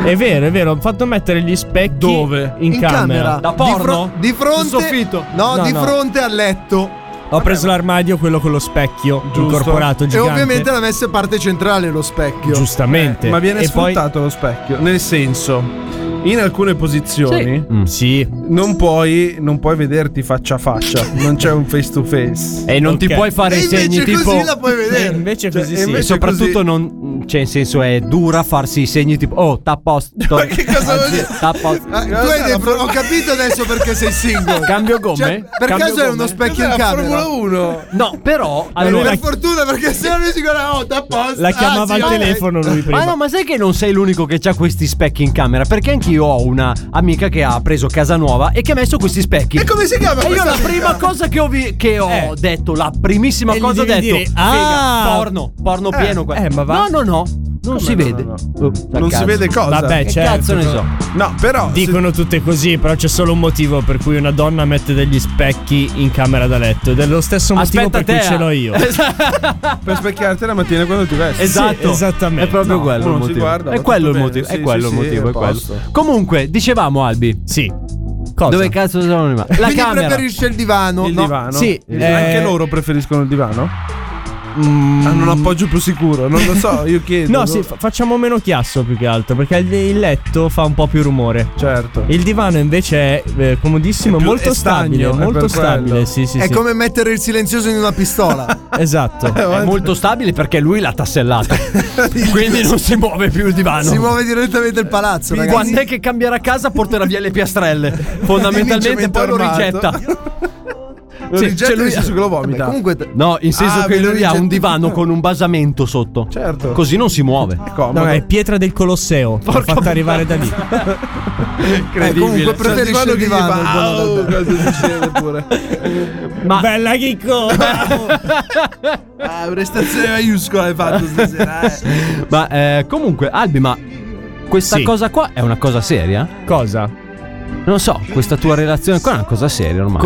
O: È vero, è vero. Ho fatto mettere gli specchi. Dove? In, camera.
F: Da porno? Di, fronte.
O: Sul soffitto?
F: No,
O: No,
F: di
O: no.
F: fronte al letto.
O: Ho preso l'armadio, quello con lo specchio incorporato
F: E
O: gigante.
F: ovviamente l'ha messa in parte centrale lo specchio.
O: Giustamente.
C: Eh, Ma viene
O: E poi-
C: sfruttato lo specchio. Nel senso, in alcune posizioni.
O: Mm, Sì.
C: Non puoi, non puoi vederti faccia a faccia, non c'è un face to face.
D: E non ti puoi fare i segni tipo.
O: Eh, invece
D: Cioè,
O: così
D: e
O: sì.
D: invece soprattutto non. Cioè, in senso, è dura farsi i segni tipo. Oh, t'ha posto. Ma che
F: cosa vuol dire?
D: posto.
F: Ah, tu hai dei pro- ho capito adesso perché sei single.
D: Cambio gomme?
F: Cioè, per
D: Cambio
F: caso è
D: gomme?
F: uno specchio in
C: Cos'è la
F: camera.
C: Formula 1.
D: No, però.
F: Allora,
D: Allora,
F: per fortuna perché se no lui si guarda, oh, da posto.
O: La chiamava
F: Ah, sì,
O: al
F: ok.
O: telefono lui prima.
D: Ma no, ma sai che non sei l'unico che ha questi specchi in camera? Perché anch'io ho una amica che ha preso casa nuova e che ha messo questi specchi.
F: E come si chiama
D: E io
F: questa
D: la
F: amica?
D: prima cosa che ho, vi- che ho detto, la primissima
O: Eh. E gli
D: cosa ho detto,
O: devi dire, "Ah!"
D: "Figa, porno, porno
O: Eh,
D: pieno. qua."
O: eh, ma va.
D: No, no, no, non si vede. Oh, da
C: Non si
D: cazzo.
C: vede cosa.
O: Vabbè,
D: Che
O: certo.
D: cazzo ne so.
C: No, però.
O: Dicono tutte così, però c'è solo un motivo per cui una donna mette degli specchi in camera da letto. Ed è lo stesso motivo
D: Aspetta
O: per cui
D: te,
O: ce l'ho
D: ah.
O: io.
C: Per specchiarti la mattina quando ti vesti.
D: Esatto,
O: Sì, esattamente.
D: È proprio
O: No,
D: quello
C: uno
D: il
C: si
D: motivo.
C: guarda,
D: è
C: va
D: quello il
C: tutto
D: motivo.
C: bene,
D: è
C: sì, sì,
D: quello il
C: sì,
D: motivo.
C: a
D: è quello.
C: posto.
D: Comunque, dicevamo, Albi.
O: Sì. Cosa?
D: Dove cazzo sono rimasto? La
F: Quindi
D: camera.
F: preferisce il divano.
C: Il
F: no?
C: divano?
O: Sì,
C: Il-
O: eh.
C: Anche loro preferiscono il divano? Hanno un appoggio più sicuro, non lo so, io chiedo.
O: No, sì, fa- facciamo meno chiasso più che altro, perché il, il letto fa un po' più rumore.
C: certo.
O: Il divano invece è eh, comodissimo,
C: È più-
O: molto
C: è
O: stabile,
C: stagno, è per
O: molto
C: quello.
O: stabile. Sì, sì,
F: È
O: sì.
F: come mettere il silenzioso in una pistola.
O: Esatto.
D: È molto stabile perché lui l'ha tassellato. Quindi non si muove più il divano.
F: si muove direttamente il palazzo. ragazzi.
D: Quando è che cambierà casa porterà via le piastrelle.
C: Dimmi,
D: Fondamentalmente
C: cemento
D: poi lo
C: armato.
D: rigetta.
C: Lo
O: Sì,
C: rigetta
O: cioè lui-
C: nel senso che lo vomita.
O: Beh, No, in senso
C: Ah,
O: che
C: lo
O: lui ha un
C: rigetta-
O: divano con un basamento sotto.
C: Certo.
O: Così non si muove.
D: No, è pietra del Colosseo. L'ho fatta arrivare da lì.
O: Incredibile.
C: Eh,
D: comunque preferisce il divano,
C: il buono del-
D: Ma... Bella chicco!
C: Ah, prestazione maiuscola hai fatto stasera. eh.
O: Ma eh, comunque, Albi, ma questa
C: Sì.
O: cosa qua è una cosa seria?
D: Cosa?
O: Non lo so, questa tua relazione qua è una cosa seria ormai.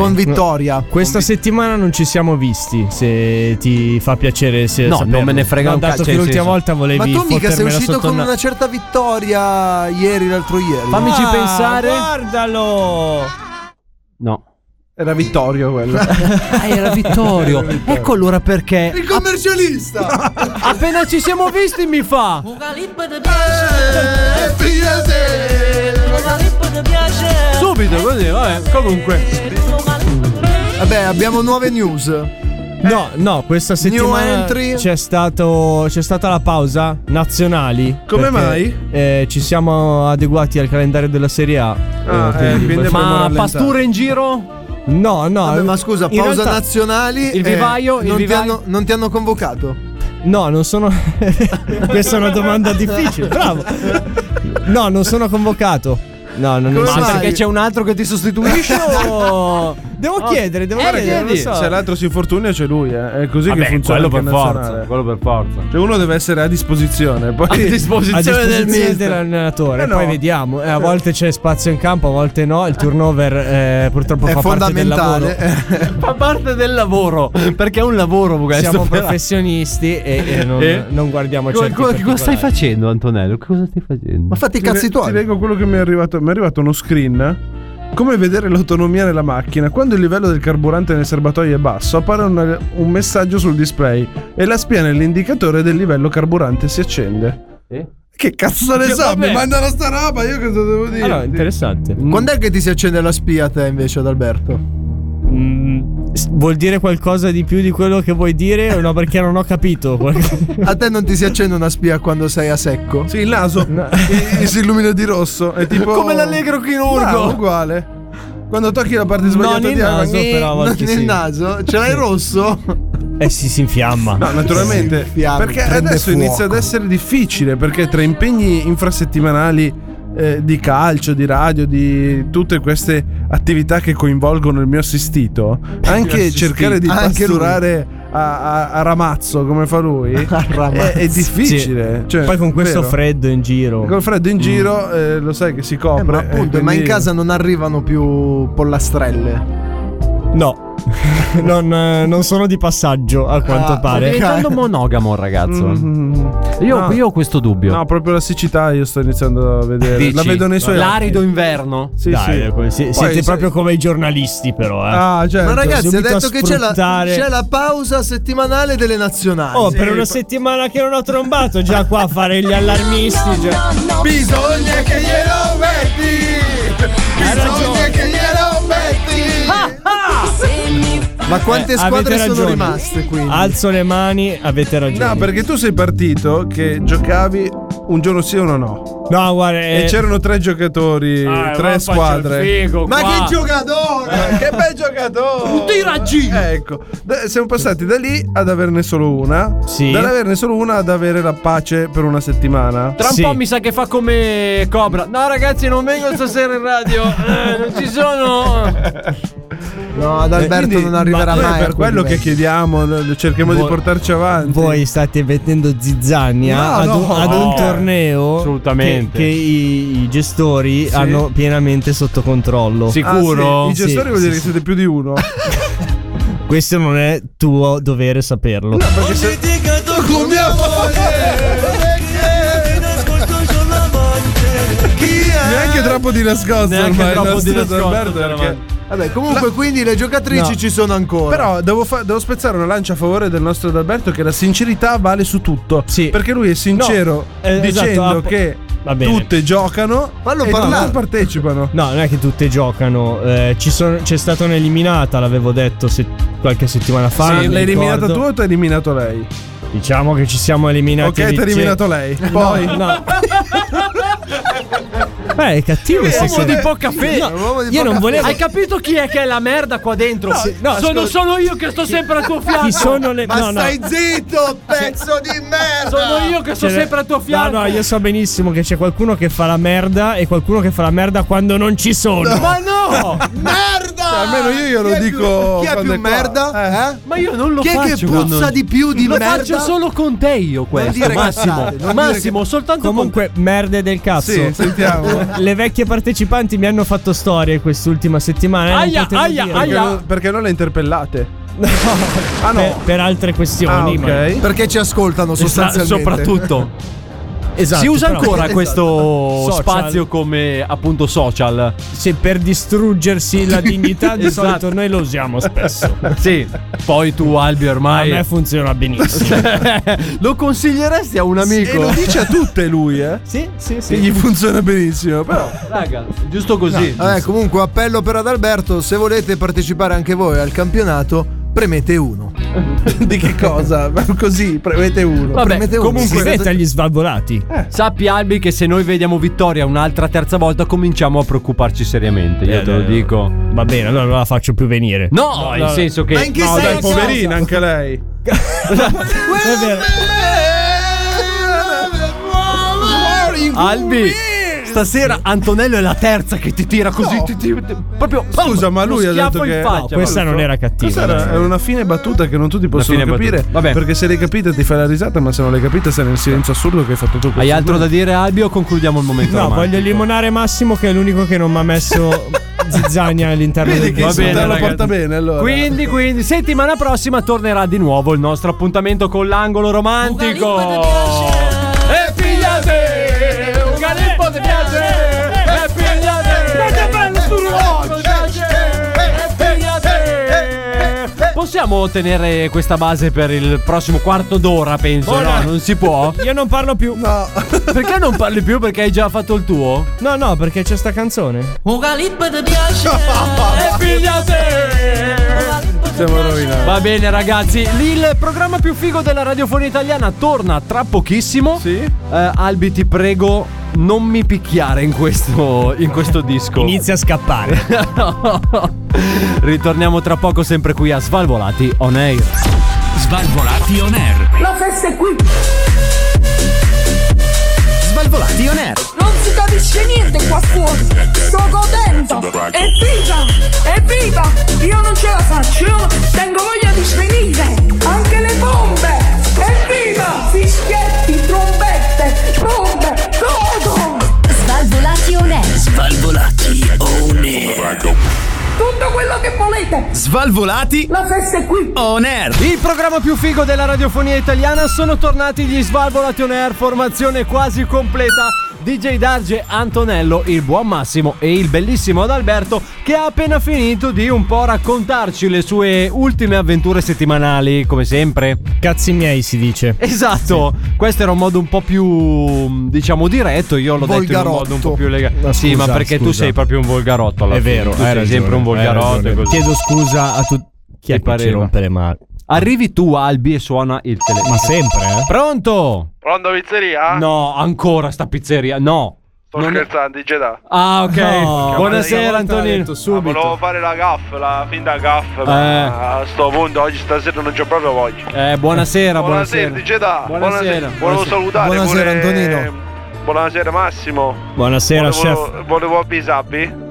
D: Questa settimana non ci siamo visti. Se ti fa piacere, se
O: No, non me ne frega
D: No,
O: un
D: Dato
O: cazzo,
D: che
O: nel
D: l'ultima
O: senso-
D: volta volevi
Q: Ma tu mica sei
D: fottermela
Q: uscito
D: sotto
Q: con
D: il na-
Q: una certa vittoria ieri, l'altro ieri.
D: Fammici
Q: Ah,
D: pensare.
Q: Guardalo.
O: No.
C: Era Vittorio quello.
O: Ah, era Vittorio. ecco allora perché.
Q: Il commercialista.
O: Appena ci siamo visti, mi fa.
C: Eh,
O: Subito così, vabbè. Comunque.
Q: Vabbè, abbiamo nuove news.
D: No, no, questa settimana
Q: entry?
D: c'è, stato, c'è stata la pausa nazionali.
Q: Come
D: perché,
Q: mai?
D: eh, ci siamo adeguati al calendario della Serie A.
Q: Ah, eh, quindi
D: questo-
Q: abbiamo Ma rallentato. pasture
O: in giro?
D: No, no.
Q: Vabbè, ma scusa,
D: in
Q: pausa
D: realtà-
Q: nazionali. eh, non, Ti hanno, non ti hanno convocato?
D: No, non sono. Questa è una domanda difficile. Bravo. No, non sono convocato. No, non
O: Ma
D: nel senso
O: perché
D: che-
O: c'è un altro che ti sostituisce? o...
D: Devo chiedere, devo
O: eh,
D: chiedere.
O: chiedi.
D: non lo so.
C: Se l'altro si infortuna c'è lui, eh. è così che
O: Vabbè,
C: funziona.
O: quello per
C: anche
O: forza,
C: nazionale.
O: quello per forza.
C: Cioè uno deve essere a disposizione, poi
D: a disposizione
C: mister.
D: dell'allenatore.
C: Eh no.
D: Poi vediamo. Eh, a volte c'è spazio in campo, a volte no. Il turnover eh, purtroppo
Q: È
D: fa parte del lavoro.
Q: fondamentale.
O: Fa parte del lavoro. Perché è un lavoro questo.
D: Siamo
O: però.
D: professionisti e, e non,
O: Eh?
D: non guardiamo
O: Co-
D: certi
O: co- Cosa stai
D: particolari.
O: facendo, Antonello? Cosa stai facendo?
Q: fatti i
C: Ti
Q: cazzi
C: le-
Q: tuoi.
C: Ti leggo quello che mi è arrivato. Mi è arrivato uno screen. Come vedere l'autonomia nella macchina? Quando il livello del carburante nel serbatoio è basso, appare un, un messaggio sul display e la spia nell'indicatore del livello carburante si accende. Che cazzo ne
Q: Che
C: so?
Q: vabbè.
C: Mi mandano sta roba, io cosa devo dire?
D: Ah, no, interessante.
O: Mm.
Q: Quando è che ti si accende la spia a te invece, ad Alberto?
D: Mm, s- vuol dire qualcosa di più di quello che vuoi dire o no? Perché non ho capito.
Q: A te non ti si accende una spia quando sei a secco?
C: Sì, il naso e- e si illumina di rosso. È tipo.
Q: Come l'allegro chirurgo.
C: Bravo, uguale. Quando tocchi la parte sbagliata
D: il
C: di acqua,
D: naso,
C: eh,
D: però, a volte
C: nel
D: sì.
C: naso, ce l'hai rosso?
D: eh sì, si infiamma.
C: No, naturalmente.
D: Si infiamma,
C: perché
D: prende
C: adesso
D: fuoco.
C: inizia ad essere difficile. Perché tra impegni infrasettimanali eh, di calcio, di radio, di tutte queste attività che coinvolgono il mio assistito, anche
Q: assistito.
C: cercare di
Q: Anche lui.
C: pasturare a, a- a ramazzo come fa lui è, è difficile.
D: Sì.
C: Cioè,
D: Poi con questo
C: vero?
D: freddo in giro.
C: Col freddo in giro eh, lo sai che si copre.
Q: ma appunto,
C: eh,
Q: ma
C: quindi-
Q: in casa non arrivano più pollastrelle.
D: No, non, eh, non sono di passaggio a quanto
O: Ah, Sta
D: pare. Mhm.
O: diventando monogamo, il ragazzo. Io,
C: No.
O: io ho questo dubbio.
C: Mm. No, proprio la siccità io sto iniziando a vedere.
O: Dici?
C: La vedo nei suoi
O: L'arido
C: occhi.
O: inverno.
C: Sì,
D: Dai,
C: sì.
D: come si-
C: Poi
D: siete
C: se-
D: proprio come i giornalisti, però. Eh.
C: Ah, certo.
Q: Ma ragazzi, ha
D: Subito
Q: detto
D: a
Q: che c'è la,
D: sfruttare-
Q: c'è la pausa settimanale delle nazionali.
D: Oh, per una settimana che non ho trombato, già qua a fare gli allarmisti. Già.
Q: Bisogna che glielo metti! Bisogna che glielo metti! Ma quante
D: Eh,
Q: squadre
D: avete
Q: sono
D: ragione.
Q: rimaste quindi?
D: Alzo le mani, avete ragione.
C: No, perché tu sei partito che giocavi un giorno sì e uno no.
D: No, guarda. eh,
C: E c'erano tre giocatori, tre squadre.
Q: Ma che giocatore!
C: che bel giocatore!
O: Tira G!
C: Ecco, da- siamo passati da lì ad averne solo una.
D: Sì.
C: Dall'averne solo una ad avere la pace per una settimana.
O: Tra un po' mi sa che fa come Cobra. No, ragazzi, non vengo stasera in radio. Eh, non ci sono.
Q: No, ad Alberto
C: Eh, Quindi-
Q: non arriverà
C: ma noi
Q: mai. a
C: Per quello che
Q: livello.
C: chiediamo, l- cerchiamo di
D: Voi-
C: portarci avanti.
D: Voi state mettendo zizzania
C: No,
D: ad,
C: no,
D: un, ad un
C: no.
D: torneo
O: Assolutamente.
D: che, che i, i gestori hanno pienamente sotto controllo.
C: Ah, sì, I gestori
D: Sì,
C: vuol
D: sì,
C: dire che
D: sì.
C: siete più di uno.
D: Questo non è tuo dovere saperlo.
C: Perché se-
Q: Con mia
C: Neanche troppo di nascosto
O: Neanche
C: ormai.
O: troppo
C: la
O: di
C: storia
O: nascosto,
C: d'Alberto,
O: però,
C: perché-
Q: Vabbè, comunque,
C: La-
Q: quindi le giocatrici
C: No.
Q: ci sono ancora.
C: Però devo, fa- devo spezzare una lancia a favore del nostro D'Alberto che la sincerità vale su tutto.
D: Sì.
C: Perché lui è sincero
D: No, eh, esatto,
C: dicendo
D: ah, po-
C: che
D: va bene.
C: tutte giocano
Q: Fallo
C: e
Q: parlare.
C: non partecipano.
D: No, non è che tutte giocano. eh, ci sono- c'è stata un'eliminata, l'avevo detto se- qualche settimana fa.
C: Sì,
D: non mi
C: l'hai eliminata
D: ricordo.
C: tu o ti ha eliminato lei?
O: Diciamo che ci siamo eliminati.
C: Ok, ti ha eliminato lei. Poi.
O: No, no. Beh, Eh, è cattivo
D: Uomo
O: sto
D: di
O: sera.
D: poca fede.
O: No, io non volevo.
D: Hai capito chi è che è la merda qua dentro?
O: No, no,
D: sono
O: ascolta.
D: solo io che sto sempre al tuo fianco.
O: Chi sono le- Ma no, no. stai
F: zitto, pezzo di merda!
D: Sono io che sto
O: Cioè,
D: sempre al tuo fianco.
O: No, no, io so benissimo che c'è qualcuno che fa la merda e qualcuno che fa la merda quando non ci sono.
D: Ma no!
F: merda!
C: Cioè, almeno io glielo dico.
F: chi è
C: quando
F: più
C: è qua.
F: merda? Eh?
D: Ma io non lo
F: Chi è
D: faccio.
F: che
D: quando-
F: puzza di più di
D: lo
F: merda?
D: faccio solo con te io questo,
F: dire
D: Massimo.
F: cazzate, non
D: Massimo, soltanto
O: Comunque, merde del cazzo.
C: Sì, sentiamo.
O: Le vecchie partecipanti mi hanno fatto storie quest'ultima settimana. eh, non
D: Aia,
O: potevo
D: aia,
O: dirlo.
D: aia.
C: Perché- Perché non le interpellate?
O: Ah, no. per, per altre questioni.
C: Ah, ok.
O: ma-
F: Perché ci ascoltano
D: Esatto,
F: sostanzialmente.
D: soprattutto.
O: Esatto,
D: si usa
O: però-
D: ancora
O: Esatto.
D: questo
O: Social.
D: spazio come appunto social?
O: Se per distruggersi la dignità, di
D: Esatto.
O: solito noi lo usiamo spesso.
D: Sì, poi tu Albi ormai
O: A me funziona benissimo.
D: lo consiglieresti a un
C: E
D: amico?
C: lo dice a tutte lui, eh?
O: Sì, sì,
C: Che gli funziona benissimo, però.
D: Raga, giusto così.
F: No, vabbè, Ah, eh, comunque appello per Adalberto, se volete partecipare anche voi al campionato, premete uno.
C: Di che cosa? Così, premete uno.
D: Vabbè,
F: premete uno.
D: comunque- Eh.
O: Si veta gli svalvolati.
D: Sappi Albi che se noi vediamo vittoria un'altra terza volta cominciamo a preoccuparci seriamente, io
O: Eh,
D: te lo
O: eh,
D: dico.
O: Va bene, allora non la faccio più venire.
D: No, nel senso che
F: Ma in che
C: No, dai,
F: senso?
C: poverina, anche lei.
O: È vero.
D: Albi Stasera Antonello è la terza che ti tira così ti- ti- ti- Proprio
C: Scusa, ma
D: uno
C: lui ha
D: schiaffo
C: detto
D: in
C: che-
D: faccia,
C: no,
O: Questa
D: Paolo.
O: non era cattiva.
C: Questa era è una fine battuta che non tutti possono
D: fine
C: capire.
D: battuta. Vabbè.
C: Perché se l'hai capita ti fai la risata, ma se non l'hai capita sei nel silenzio assurdo che hai fatto tu.
D: Hai altro da dire Albi o concludiamo il momento
O: No,
D: romantico?
O: voglio limonare Massimo che è l'unico che non mi ha messo zizzania all'interno
C: Vedi
O: del
C: che
D: Va bene,
C: insultarlo
D: ragazzi.
C: porta bene allora.
D: Quindi, quindi, settimana prossima tornerà di nuovo il nostro appuntamento con l'angolo romantico. E figlia te, un galippo ti piace. E figlia te, è bello Possiamo tenere questa base per il prossimo quarto d'ora, penso.
O: Ora.
D: No, non si può.
O: Io non parlo più. No,
D: Perché non parli più? Perché hai già fatto il tuo?
O: no, no perché c'è sta canzone.
L: Un galip ti piace.
D: E figlia te.
C: Siamo rovinati.
D: Va bene ragazzi, il programma più figo della radiofonia italiana torna tra pochissimo.
C: Sì.
D: Eh, Albi ti prego non mi picchiare in questo, in questo disco.
O: Inizia a scappare.
D: No. Ritorniamo tra poco sempre qui a Svalvolati On Air.
H: Svalvolati on air.
L: La festa è qui.
H: Svalvolati on air.
L: Non si capisce niente qua fuori. Sto godendo. Evviva! Evviva! Io non ce la faccio. Io tengo voglia di svenire. Anche le bombe. Evviva! Fischietti, trombette, bombe. Godo!
A: Svalvolati on air.
H: Svalvolati on air.
L: Tutto quello che volete.
H: Svalvolati
L: La festa è qui.
H: on air.
D: Il programma più figo della radiofonia italiana sono tornati gli Svalvolati On Air, formazione quasi completa. DJ Darge, Antonello, il buon Massimo e il bellissimo Adalberto che ha appena finito di un po' raccontarci le sue ultime avventure settimanali, come sempre.
O: Cazzi miei si dice.
D: Esatto, questo era un modo un po' più, diciamo, diretto. Io l'ho detto in un
F: Volgarotto.
D: modo un po' più legato.
O: Ma
D: sì,
O: scusa,
D: ma perché tu
O: scusa.
D: sei proprio un volgarotto alla
O: È
D: fine.
O: vero,
D: tu
O: hai
D: sei
O: ragione,
D: sempre un
O: hai
D: volgarotto. e
O: ragione.
D: così.
O: Chiedo scusa a tutti. Chi
D: Ti
O: è che ci
D: pareva.
O: rompe le mani?
D: Arrivi tu, Albi, e suona il telefono.
O: Ma sempre, eh?
D: Pronto?
I: Pronto pizzeria?
D: No, ancora sta pizzeria. No.
I: Ah. Sto scherzando, Digeda.
D: Ah, ok.
O: No.
D: Buonasera,
O: Volta l'ha
D: Antonino.
O: detto subito.
I: Volevo fare la gaff, la finta gaff,
C: Eh.
I: ma a sto punto oggi stasera non c'ho proprio voglia.
D: Eh, buonasera,
I: Buonasera,
D: buonasera.
I: Digeda.
D: Buonasera.
I: Volevo salutare
F: Buonasera,
I: pure- eh,
F: Antonino.
I: Buonasera Massimo.
O: Buonasera,
I: volevo,
O: chef.
I: volevo avvisarvi.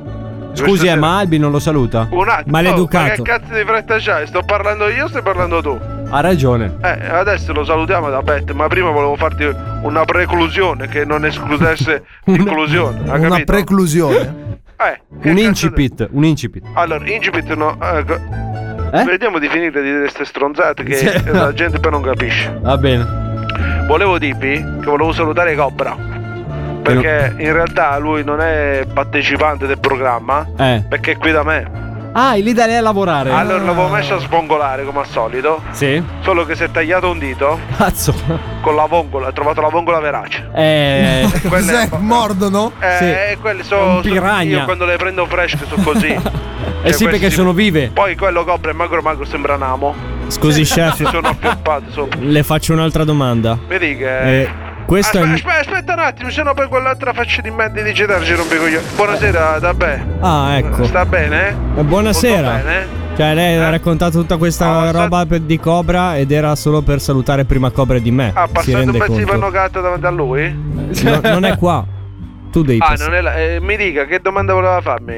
D: Scusi, eh, ma Albi non lo saluta.
I: Un attimo.
O: Maleducato.
I: Ma che cazzo di fretta c'hai? Sto parlando io o stai parlando tu?
D: Ha ragione.
I: Eh, adesso lo salutiamo da Pet, ma prima volevo farti una preclusione che non escludesse l'inclusione. Hai
F: Una
I: capito?
F: preclusione.
I: eh, che
D: Un
I: cazzo-
D: incipit, un incipit.
I: Allora, incipit no. eh, co-
D: Eh?
I: Vediamo di finire di dire queste stronzate che
D: Sì.
I: la gente poi non capisce.
D: Va bene.
I: Volevo dirvi che volevo salutare Cobra. Perché in realtà lui non è partecipante del programma.
D: Eh.
I: Perché è qui da me.
D: Ah, lì da lei a lavorare.
I: Allora l'avevo messo a sbongolare come al solito.
D: Sì.
I: Solo che si è tagliato un dito
D: Cazzo.
I: con la vongola, ha trovato la vongola verace.
D: Eh.
I: Quella
F: Cos'è?
I: è fa-
F: Mordono?
I: Eh, quelle
D: È un
I: sono.
D: piranha.
I: io quando le prendo fresche sono così. Cioè,
D: Eh sì,
I: questi
D: perché
I: si-
D: sono vive.
I: Poi quello copre magro magro sembra un amo.
O: Scusi, chef.
I: Sono appioppate sopra.
O: Le faccio un'altra domanda.
I: Vedi che.
O: Eh, questo
I: aspetta,
O: è.
I: aspetta, aspetta un attimo, sennò poi quell'altra faccia di merda di Gedar ci rompe i coglioni. Buonasera, da beh.
O: Ah, ecco.
I: Sta bene? eh?
O: Eh, Buonasera.
I: Tutto bene?
O: Cioè, lei
I: Eh?
O: ha raccontato tutta questa
I: Ah,
O: roba per- di Cobra ed era solo per salutare prima Cobra di me.
I: Ah,
O: si
I: passando un
O: rende
I: pezzo di
O: conto.
I: pannocata davanti a lui?
O: No, non è qua. Tu devi
I: Ah,
O: passare.
I: non è là. Eh, mi dica che domanda voleva farmi.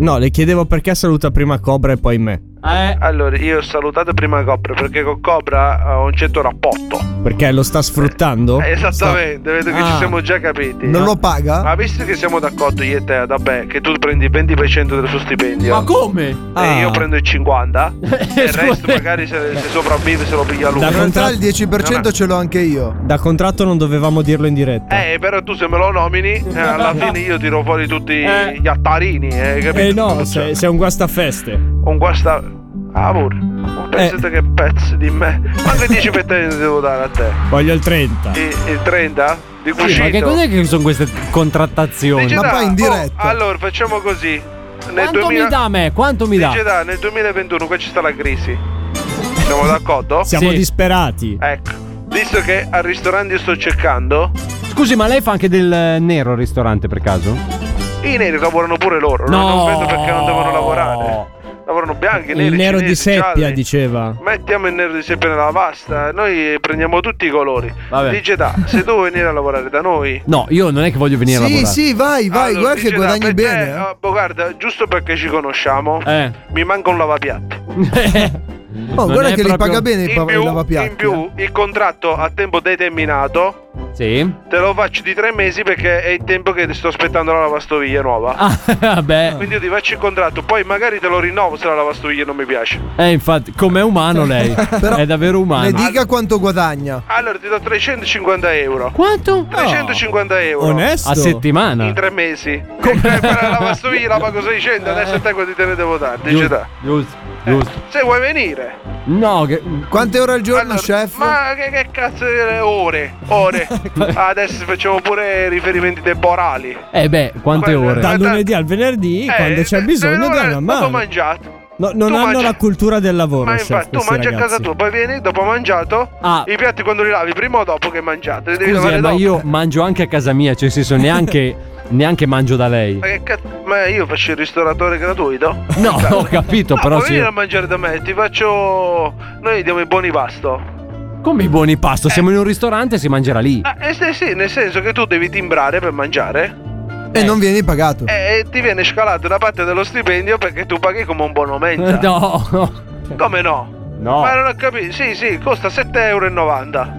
O: No, le chiedevo perché saluta prima Cobra e poi me.
I: Allora, io ho salutato prima Cobra perché con Cobra ho un certo rapporto.
O: Perché lo sta sfruttando?
I: Eh, Esattamente, vedo che ci
O: Ah.
I: siamo già capiti.
O: Non lo
I: paga? Ma visto che siamo d'accordo io e te, vabbè, che tu prendi il 20% del suo stipendio.
D: Ma come?
I: E Eh,
O: Ah.
I: io prendo il 50 e il resto magari se, se sopravvive se lo piglia lui.
O: Eh, Da
F: In realtà il
I: 10%
F: 10% ce l'ho anche io.
O: Da contratto non dovevamo dirlo in diretta.
I: Eh, però tu se me lo nomini, eh, alla fine io tiro fuori tutti gli attarini, eh, capito?
O: Eh no, sei, sei un guastafeste.
I: Un guasta. Ah, pure. Ma
O: Eh.
I: Pensate che pezzo di me. Ma che 10 pettine devo dare a te?
O: Voglio il 30.
I: Il, il 30? Di
D: Sì, ma che
I: cucito?
D: cos'è che sono queste contrattazioni?
I: Dice, "Dai, oh, allora, facciamo così. Nel
D: Quanto
I: 2000
D: mi dà a me? Quanto mi dà?
I: Dice, "Dai, nel 2021 qua ci sta la crisi. Siamo d'accordo?
O: Siamo disperati.
I: Ecco. Visto che al ristorante io sto cercando,
D: Scusi, ma lei fa anche del eh, nero al ristorante per caso?
I: i neri lavorano pure loro. Non-
D: No.
I: Non vedo perché non devono lavorare. Lavorano bianchi, neri,
O: il nero
I: cinesi,
O: di seppia,
I: gialli.
O: diceva.
I: Mettiamo il nero di seppia nella pasta, noi prendiamo tutti i colori.
D: Vabbè.
I: Dice da, se tu vuoi venire a lavorare da noi.
D: No, io non è che voglio venire a lavorare.
F: vai,
I: vai,
F: guarda che guadagni bene, eh.
I: boh, guarda, giusto perché ci conosciamo,
D: Eh.
I: mi manca un lavapiatti.
F: Oh, guarda che li paga bene il,
I: In
F: pa- il
I: più,
F: lavapiatti. eh.
I: in più, il contratto a tempo determinato
D: Eh. Sì.
I: te lo faccio di tre mesi perché è il tempo che ti sto aspettando la lavastoviglie
D: Ah.
I: nuova.
D: Vabbè.
I: Quindi io ti faccio il contratto, poi magari te lo rinnovo se la lavastoviglie non mi piace.
D: Eh, infatti, com'è umano lei? è davvero umano.
F: Le dica quanto guadagna.
I: Allora ti do 350 euro.
D: Quanto?
I: 350 euro.
D: Onesto. A settimana?
I: In tre mesi. Come per la lavastoviglie la pago 600, adesso a te quanti te ne devo dare? Dice
D: Giusto,
I: da.
D: giusto, giusto.
I: Se vuoi venire.
D: No, che...
F: Quante ore al giorno, chef?
I: Ma che, che cazzo di ore? Ore. Adesso facciamo pure riferimenti temporali.
D: Eh beh, quante
I: Guarda,
D: ore?
O: Da
I: guarda-
O: lunedì al venerdì, quando c'è bisogno,
I: eh, allora,
O: dai una
I: dopo
O: mano.
I: mangiato.
O: No, non
I: tu
O: hanno
I: mangi-
O: la cultura del lavoro,
I: Ma
O: chef,
I: infatti tu
O: questi
I: mangi a
O: ragazzi.
I: casa tua, poi vieni, dopo mangiato,
D: Ah.
I: i piatti quando li lavi, prima o dopo che hai mangiato, li devi
D: Scusi,
I: lavare
D: eh, ma
I: dopo.
D: io mangio anche a casa mia, cioè, nel senso, neanche, neanche mangio da lei.
I: Ma che cazzo? Ma io faccio il ristoratore gratuito?
D: No, ho capito,
I: No,
D: però
I: puoi
D: sì.
I: venire a mangiare da me, ti faccio. Noi diamo i buoni pasto.
D: Come i buoni pasto, siamo in un ristorante e si mangerà lì.
I: Ah, eh, sì, sì, nel senso che tu devi timbrare per mangiare.
F: E non vieni pagato.
I: E e ti viene scalata una parte dello stipendio perché tu paghi come un buono mensa.
D: No.
I: Come no?
D: No.
I: Ma non ho capito. Sì, sì, costa 7,90 euro.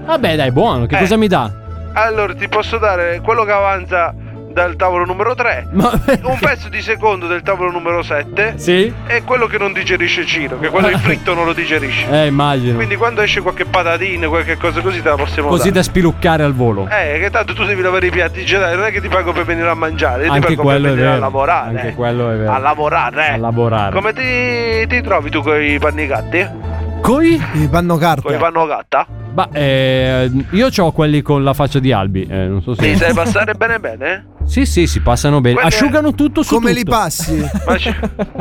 D: Vabbè, dai, buono, che
I: Eh.
D: cosa mi dà?
I: Allora ti posso dare quello che avanza dal tavolo numero 3, un pezzo di secondo del tavolo numero 7
D: Sì?
I: e quello che non digerisce Ciro, che quello il fritto non lo digerisce.
D: Eh, immagino.
I: Quindi quando esce qualche patatina, qualche cosa così te la possiamo
D: Così da
I: dare.
D: spiluccare al volo.
I: Eh, che tanto tu devi lavare i piatti, cioè, dai, non è che ti pago per venire a mangiare, io ti
D: Anche
I: pago per
D: quello è
I: venire
D: vero.
I: a lavorare. eh.
D: Anche quello è vero.
I: A lavorare.
D: A lavorare.
I: Come ti, ti trovi tu con i pannicatti?
D: Coi?
F: I panno
I: Con i pannogatta?
D: Ma eh, io ho quelli con la faccia di Albi. eh, non so se.
I: Ti sai passare bene bene?
D: Sì, sì, si passano bene.
I: Quelli-
D: Asciugano tutto su
F: Come
D: tutto.
F: li passi?
I: Ma ci-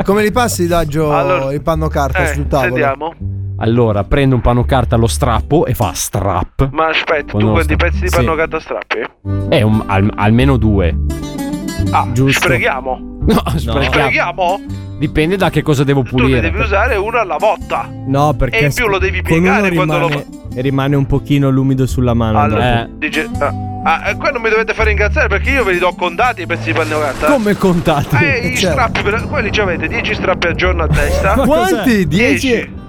F: Come li passi, Daggio,
I: Allora,
F: il Oh, panno carta
I: eh,
F: sul tavolo?
I: sentiamo.
D: Allora, prendo un panno carta, lo strappo e fa strap.
I: Ma aspetta,
D: Quando
I: tu
D: lo
I: quanti
D: sta-
I: pezzi di
D: Sì.
I: pannogatta strappi?
D: Eh, un- al- almeno due.
I: Ah,
D: Giusto.
I: sfreghiamo.
D: No, sprechiamo.
I: Sfreghiamo?
D: Dipende da che cosa devo
I: Tu ne
D: pulire.
I: devi usare uno alla volta.
O: No, perché
I: E in più lo devi
O: con
I: piegare
O: uno
I: quando lo
O: rimane, rimane un pochino l'umido sulla mano.
I: Allora,
D: Eh.
O: dopo.
I: dice. Ah, ah, eh, qua non mi dovete fare incazzare perché io ve li do contati i pezzi di pannogatta.
D: Come contate?
I: Eh, i strappi, per- quelli ci avete 10 strappi al giorno a testa.
D: Ma Quanti? cos'è?
I: 10?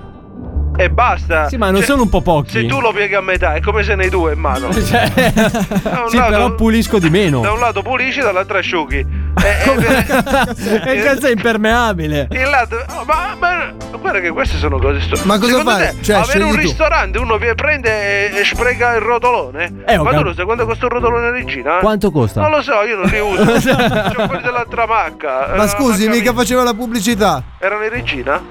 I: E basta.
D: Sì, ma non
I: Cioè,
D: sono un po' pochi.
I: Se tu lo pieghi a metà, è come se ne hai due in mano.
D: Cioè,
I: Da un
D: sì,
I: lato-
D: però pulisco di
I: Da
D: meno.
I: un lato pulisci, dall'altro asciughi. E- e-
D: E il cazzo è impermeabile.
I: Il lato- oh, ma, ma- guarda che queste sono cose stupide.
F: Ma cosa
I: Secondo
F: fai?
I: te,
F: Cioè,
I: avere
F: scegli
I: un
F: tu.
I: ristorante, uno vi prende e, e spreca il rotolone?
D: Eh, ho
I: ma tu
D: cap-
I: lo sai quanto costa un rotolone regina?
D: Quanto costa?
I: Non lo so, io non li uso. C'ho quelli dell'altra macca.
F: Ma scusi, mica faceva la pubblicità.
I: Erano in regina?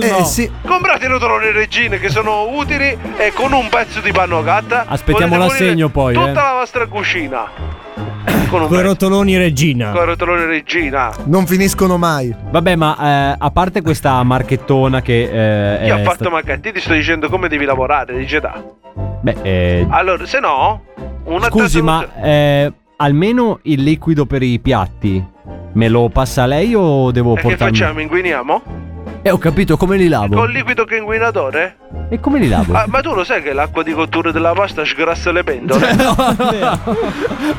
F: Eh sì.
I: Comprate i rotoloni regine che sono utili e con un pezzo di pannogatta
D: Aspettiamo
I: potete
D: l'assegno
I: pulire
D: poi,
I: Tutta
D: eh.
I: la vostra cucina. finiscono
O: Con
I: mai.
O: rotoloni regina.
I: Con il rotolone regina.
F: Non finiscono mai.
D: Vabbè, ma eh, a parte questa marchettona che eh,
I: Io ho
D: è
I: fatto
D: sta-
I: Marchetti, ti sto dicendo come devi lavorare, dice da.
D: Beh, eh,
I: Allora, se no, una
D: scusi,
I: tartaruga-
D: ma eh, almeno il liquido per i piatti me lo passa lei o devo
I: E che
D: portarmi?
I: facciamo? Inguiniamo?
D: Eh, ho capito, come li lavo?
I: Col liquido che è inguinatore?
D: E come li lavo?
I: Ah, ma tu lo sai che l'acqua di cottura della pasta sgrassa le pendole?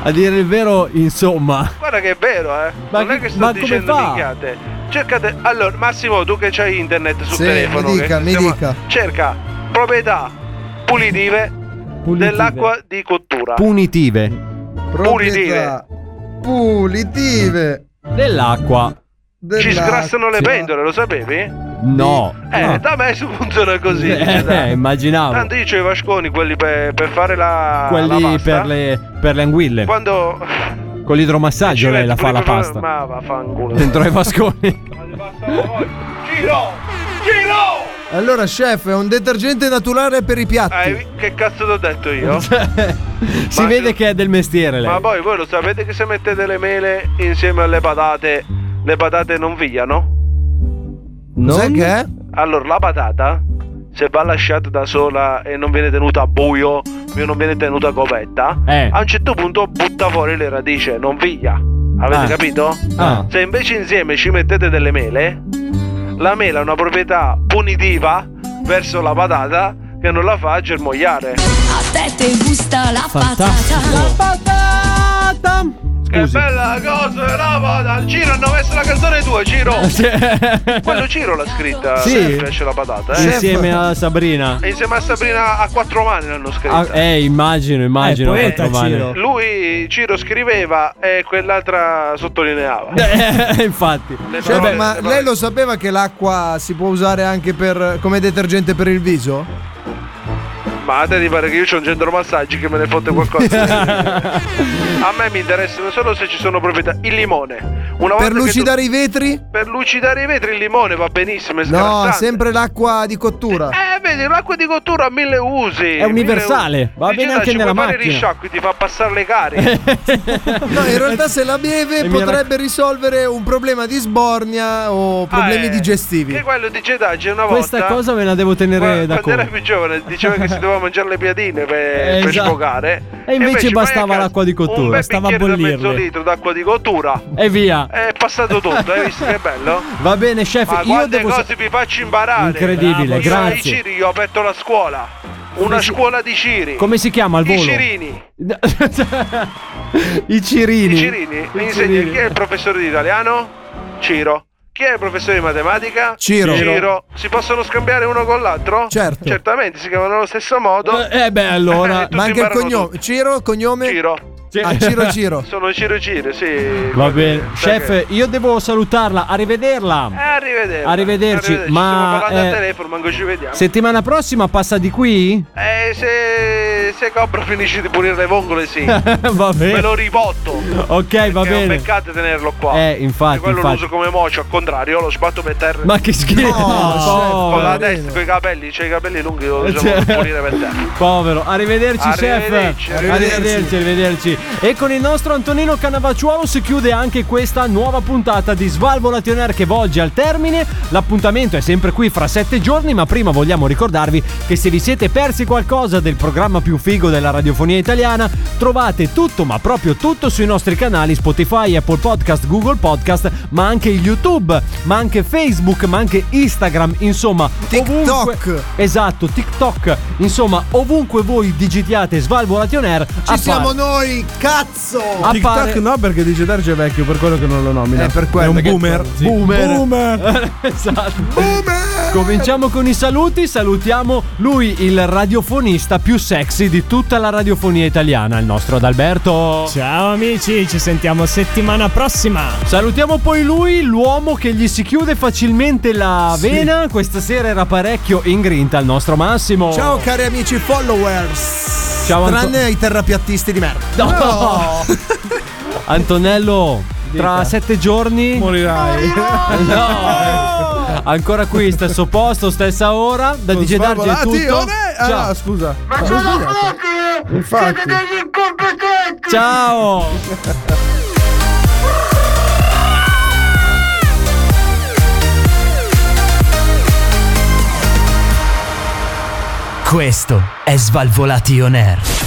D: A dire il vero, insomma.
I: Guarda che è vero, eh.
D: Ma
I: non è
D: chi-
I: che
D: ma
I: sto
D: come
I: dicendo
D: fa?
I: minchiate. Cercate. Allora, Massimo, tu che c'hai internet sul
F: Sì,
I: telefono.
F: mi
I: che
F: dica, mi
I: stiamo-
F: dica.
I: Cerca proprietà pulitive, dell'acqua di cottura.
D: Punitive.
I: Pulitive.
E: Pulitive.
D: Dell'acqua.
I: Ci
E: Dell'acqua.
I: sgrassano le pendole, lo sapevi?
D: No.
I: Eh, da me si funziona così. dice,
D: Eh,
I: dai.
D: immaginavo.
I: Tanto io c'ho i vasconi, quelli per, per fare la. la
D: Quelli
I: pasta.
D: per le, per le anguille.
I: Quando.
D: Con l'idromassaggio lei la fa la pasta.
I: Ma vaffanculo.
D: Dentro ai vasconi.
I: Giro! Giro!
F: Allora, chef, è un detergente naturale per i piatti.
I: Eh, che cazzo ti ho detto io?
D: si vede che è del mestiere lei.
I: Ma poi voi lo sapete che se mettete le mele insieme alle patate, le patate non vigliano?
F: Cos'è che è?
I: Allora, la patata, se va lasciata da sola e non viene tenuta a buio, non viene tenuta coperta,
D: Eh.
I: a un certo punto butta fuori le radici, non viglia. Avete
D: Ah.
I: capito?
D: Ah.
I: Se invece insieme ci mettete delle mele, la mela ha una proprietà punitiva verso la patata che non la fa germogliare.
P: A te te gusta la
D: Fantastico.
P: patata.
D: patata.
I: Che bella cosa, la patata! Ciro hanno messo la canzone tua, Ciro!
D: Eh,
I: Quello Ciro l'ha scritta,
D: Sì.
I: se piace la patata, eh?
D: Insieme a Sabrina.
I: E insieme a Sabrina a quattro mani l'hanno scritta.
D: Ah, eh, immagino, immagino.
O: Eh, poeta,
D: Mantovani.
O: Ciro.
I: Lui Ciro scriveva e quell'altra sottolineava.
D: Eh, infatti.
I: Le
F: Chef,
I: parole-
F: ma
I: le parole-
F: lei lo sapeva che l'acqua si può usare anche per, come detergente per il viso?
I: Ma a te ti pare che io c'ho un centro massaggi che me ne fotte qualcosa? a me mi interessano solo se ci sono proprietà. Il limone. Una volta
F: Per
I: che
F: lucidare
I: tu-
F: i vetri?
I: Per lucidare i vetri il limone va benissimo, è
F: No,
I: sgrassante.
F: sempre l'acqua di cottura.
I: Eh, vedi, l'acqua di cottura ha mille usi. mille
D: universale,
I: usi.
D: va
I: Dice,
D: bene
I: dai,
D: anche
I: ci
D: nella
I: puoi fare
D: macchina.
I: risciacqui, ti fa passare le cari.
F: No, in realtà se la beve
D: E mi rac-
F: potrebbe risolvere un problema di sbornia o problemi
I: eh,
F: digestivi.
I: che quello di Jedi una
D: Questa
I: volta.
D: cosa me la devo tenere da
I: quando era
D: conto.
I: più giovane diceva che si doveva mangiare le piadine per,
D: Eh,
I: per
D: esatto.
I: sfogare.
D: E invece
I: vai a
D: bastava
I: casa,
D: l'acqua di cottura,
I: un bel
D: stava a
I: bicchiere da
D: bollirle.
I: mezzo litro d'acqua di cottura.
D: E via.
I: È passato tutto, hai visto che bello?
D: Va bene, chef.
I: Eh, Ma
D: io
I: quante
D: devo. sa-
I: cose vi faccio imparare.
D: Incredibile,
I: Io
D: grazie.
I: ai Ciri gli ho aperto la scuola. Una scuola di Ciri.
D: Come si chiama al
I: I
D: volo?
I: Cirini.
D: I Cirini.
I: I Cirini. Mi insegni chi è il professore di italiano? Ciro. Chi è il professore di matematica?
F: Ciro.
I: Ciro. Si possono scambiare uno con l'altro?
F: Certo.
I: Certamente, si chiamano allo stesso modo.
D: Eh, beh, allora.
I: Tutti
F: Ma anche il
I: imparano
F: cognome. Ciro, cognome?
I: Ciro.
F: Ah, Ciro Ciro.
I: Sono Ciro Ciro, sì.
D: cioè, Va bene,
I: Sai che-
D: chef, io devo salutarla.
I: Eh,
D: Arrivederla.
I: arrivederci.
D: Arrivederci, ma,
I: Stiamo parlando
D: eh,
I: al telefono, manco ci vediamo.
D: Settimana prossima passa di qui?
I: Eh, se, se Cobra finisce di pulire le vongole, sì.
D: va
I: Me lo
D: bene.
I: ripotto.
D: Ok, Eh. va
I: Che è un
D: bene.
I: peccato tenerlo qua.
D: Eh, infatti,
I: Perché quello
D: infatti.
I: lo uso come mocio, al contrario, lo sbatto per terra.
D: Ma che schifo.
I: Con la
D: povero.
I: testa, con i capelli, c'è i capelli lunghi, lo usiamo
D: Cioè-
I: per pulire diciamo, per terra.
D: Povero. Arrivederci,
I: Arrivederci,
D: chef.
I: arrivederci.
D: Arrivederci, arrivederci. E con il nostro Antonino Canavacciuolo si chiude anche questa nuova puntata di Svalvolation Air che volge al termine. L'appuntamento è sempre qui fra sette giorni, ma prima vogliamo ricordarvi che se vi siete persi qualcosa del programma più figo della radiofonia italiana, trovate tutto, ma proprio tutto sui nostri canali Spotify, Apple Podcast, Google Podcast, ma anche YouTube, ma anche Facebook, ma anche Instagram, insomma,
F: TikTok.
D: ovunque- Esatto, TikTok. Insomma, ovunque voi digitiate Svalvolation Air,
F: Ci siamo noi, cazzo!
C: TikTok
D: appare...
C: no, perché dice Darge è vecchio, per quello che non lo nomina.
F: È per quello
C: È un
F: che-
C: boomer.
F: sì.
C: Boomer.
D: esatto. Cominciamo con i saluti. Salutiamo lui, il radiofonista più sexy di tutta la radiofonia italiana, il nostro Adalberto.
O: Ciao amici, ci sentiamo settimana prossima.
D: Salutiamo poi lui, l'uomo che gli si chiude facilmente la vena. Questa sera era parecchio in grinta, il nostro Massimo.
F: Ciao cari amici followers.
D: Ciao, Anto-
F: Tranne ai terrapiattisti di merda.
D: No. Antonello, tra sette giorni.
C: Morirai.
D: No! Ancora qui, stesso posto, stessa ora. Da
C: Con
D: DJ Darge è tutto.
C: Svalvolati, oh, no. Ah,
D: Ciao.
C: no, scusa.
L: Ma ce l'ho fatta!
C: Infatti.
D: Ciao!
O: Questo è Svalvolation Air.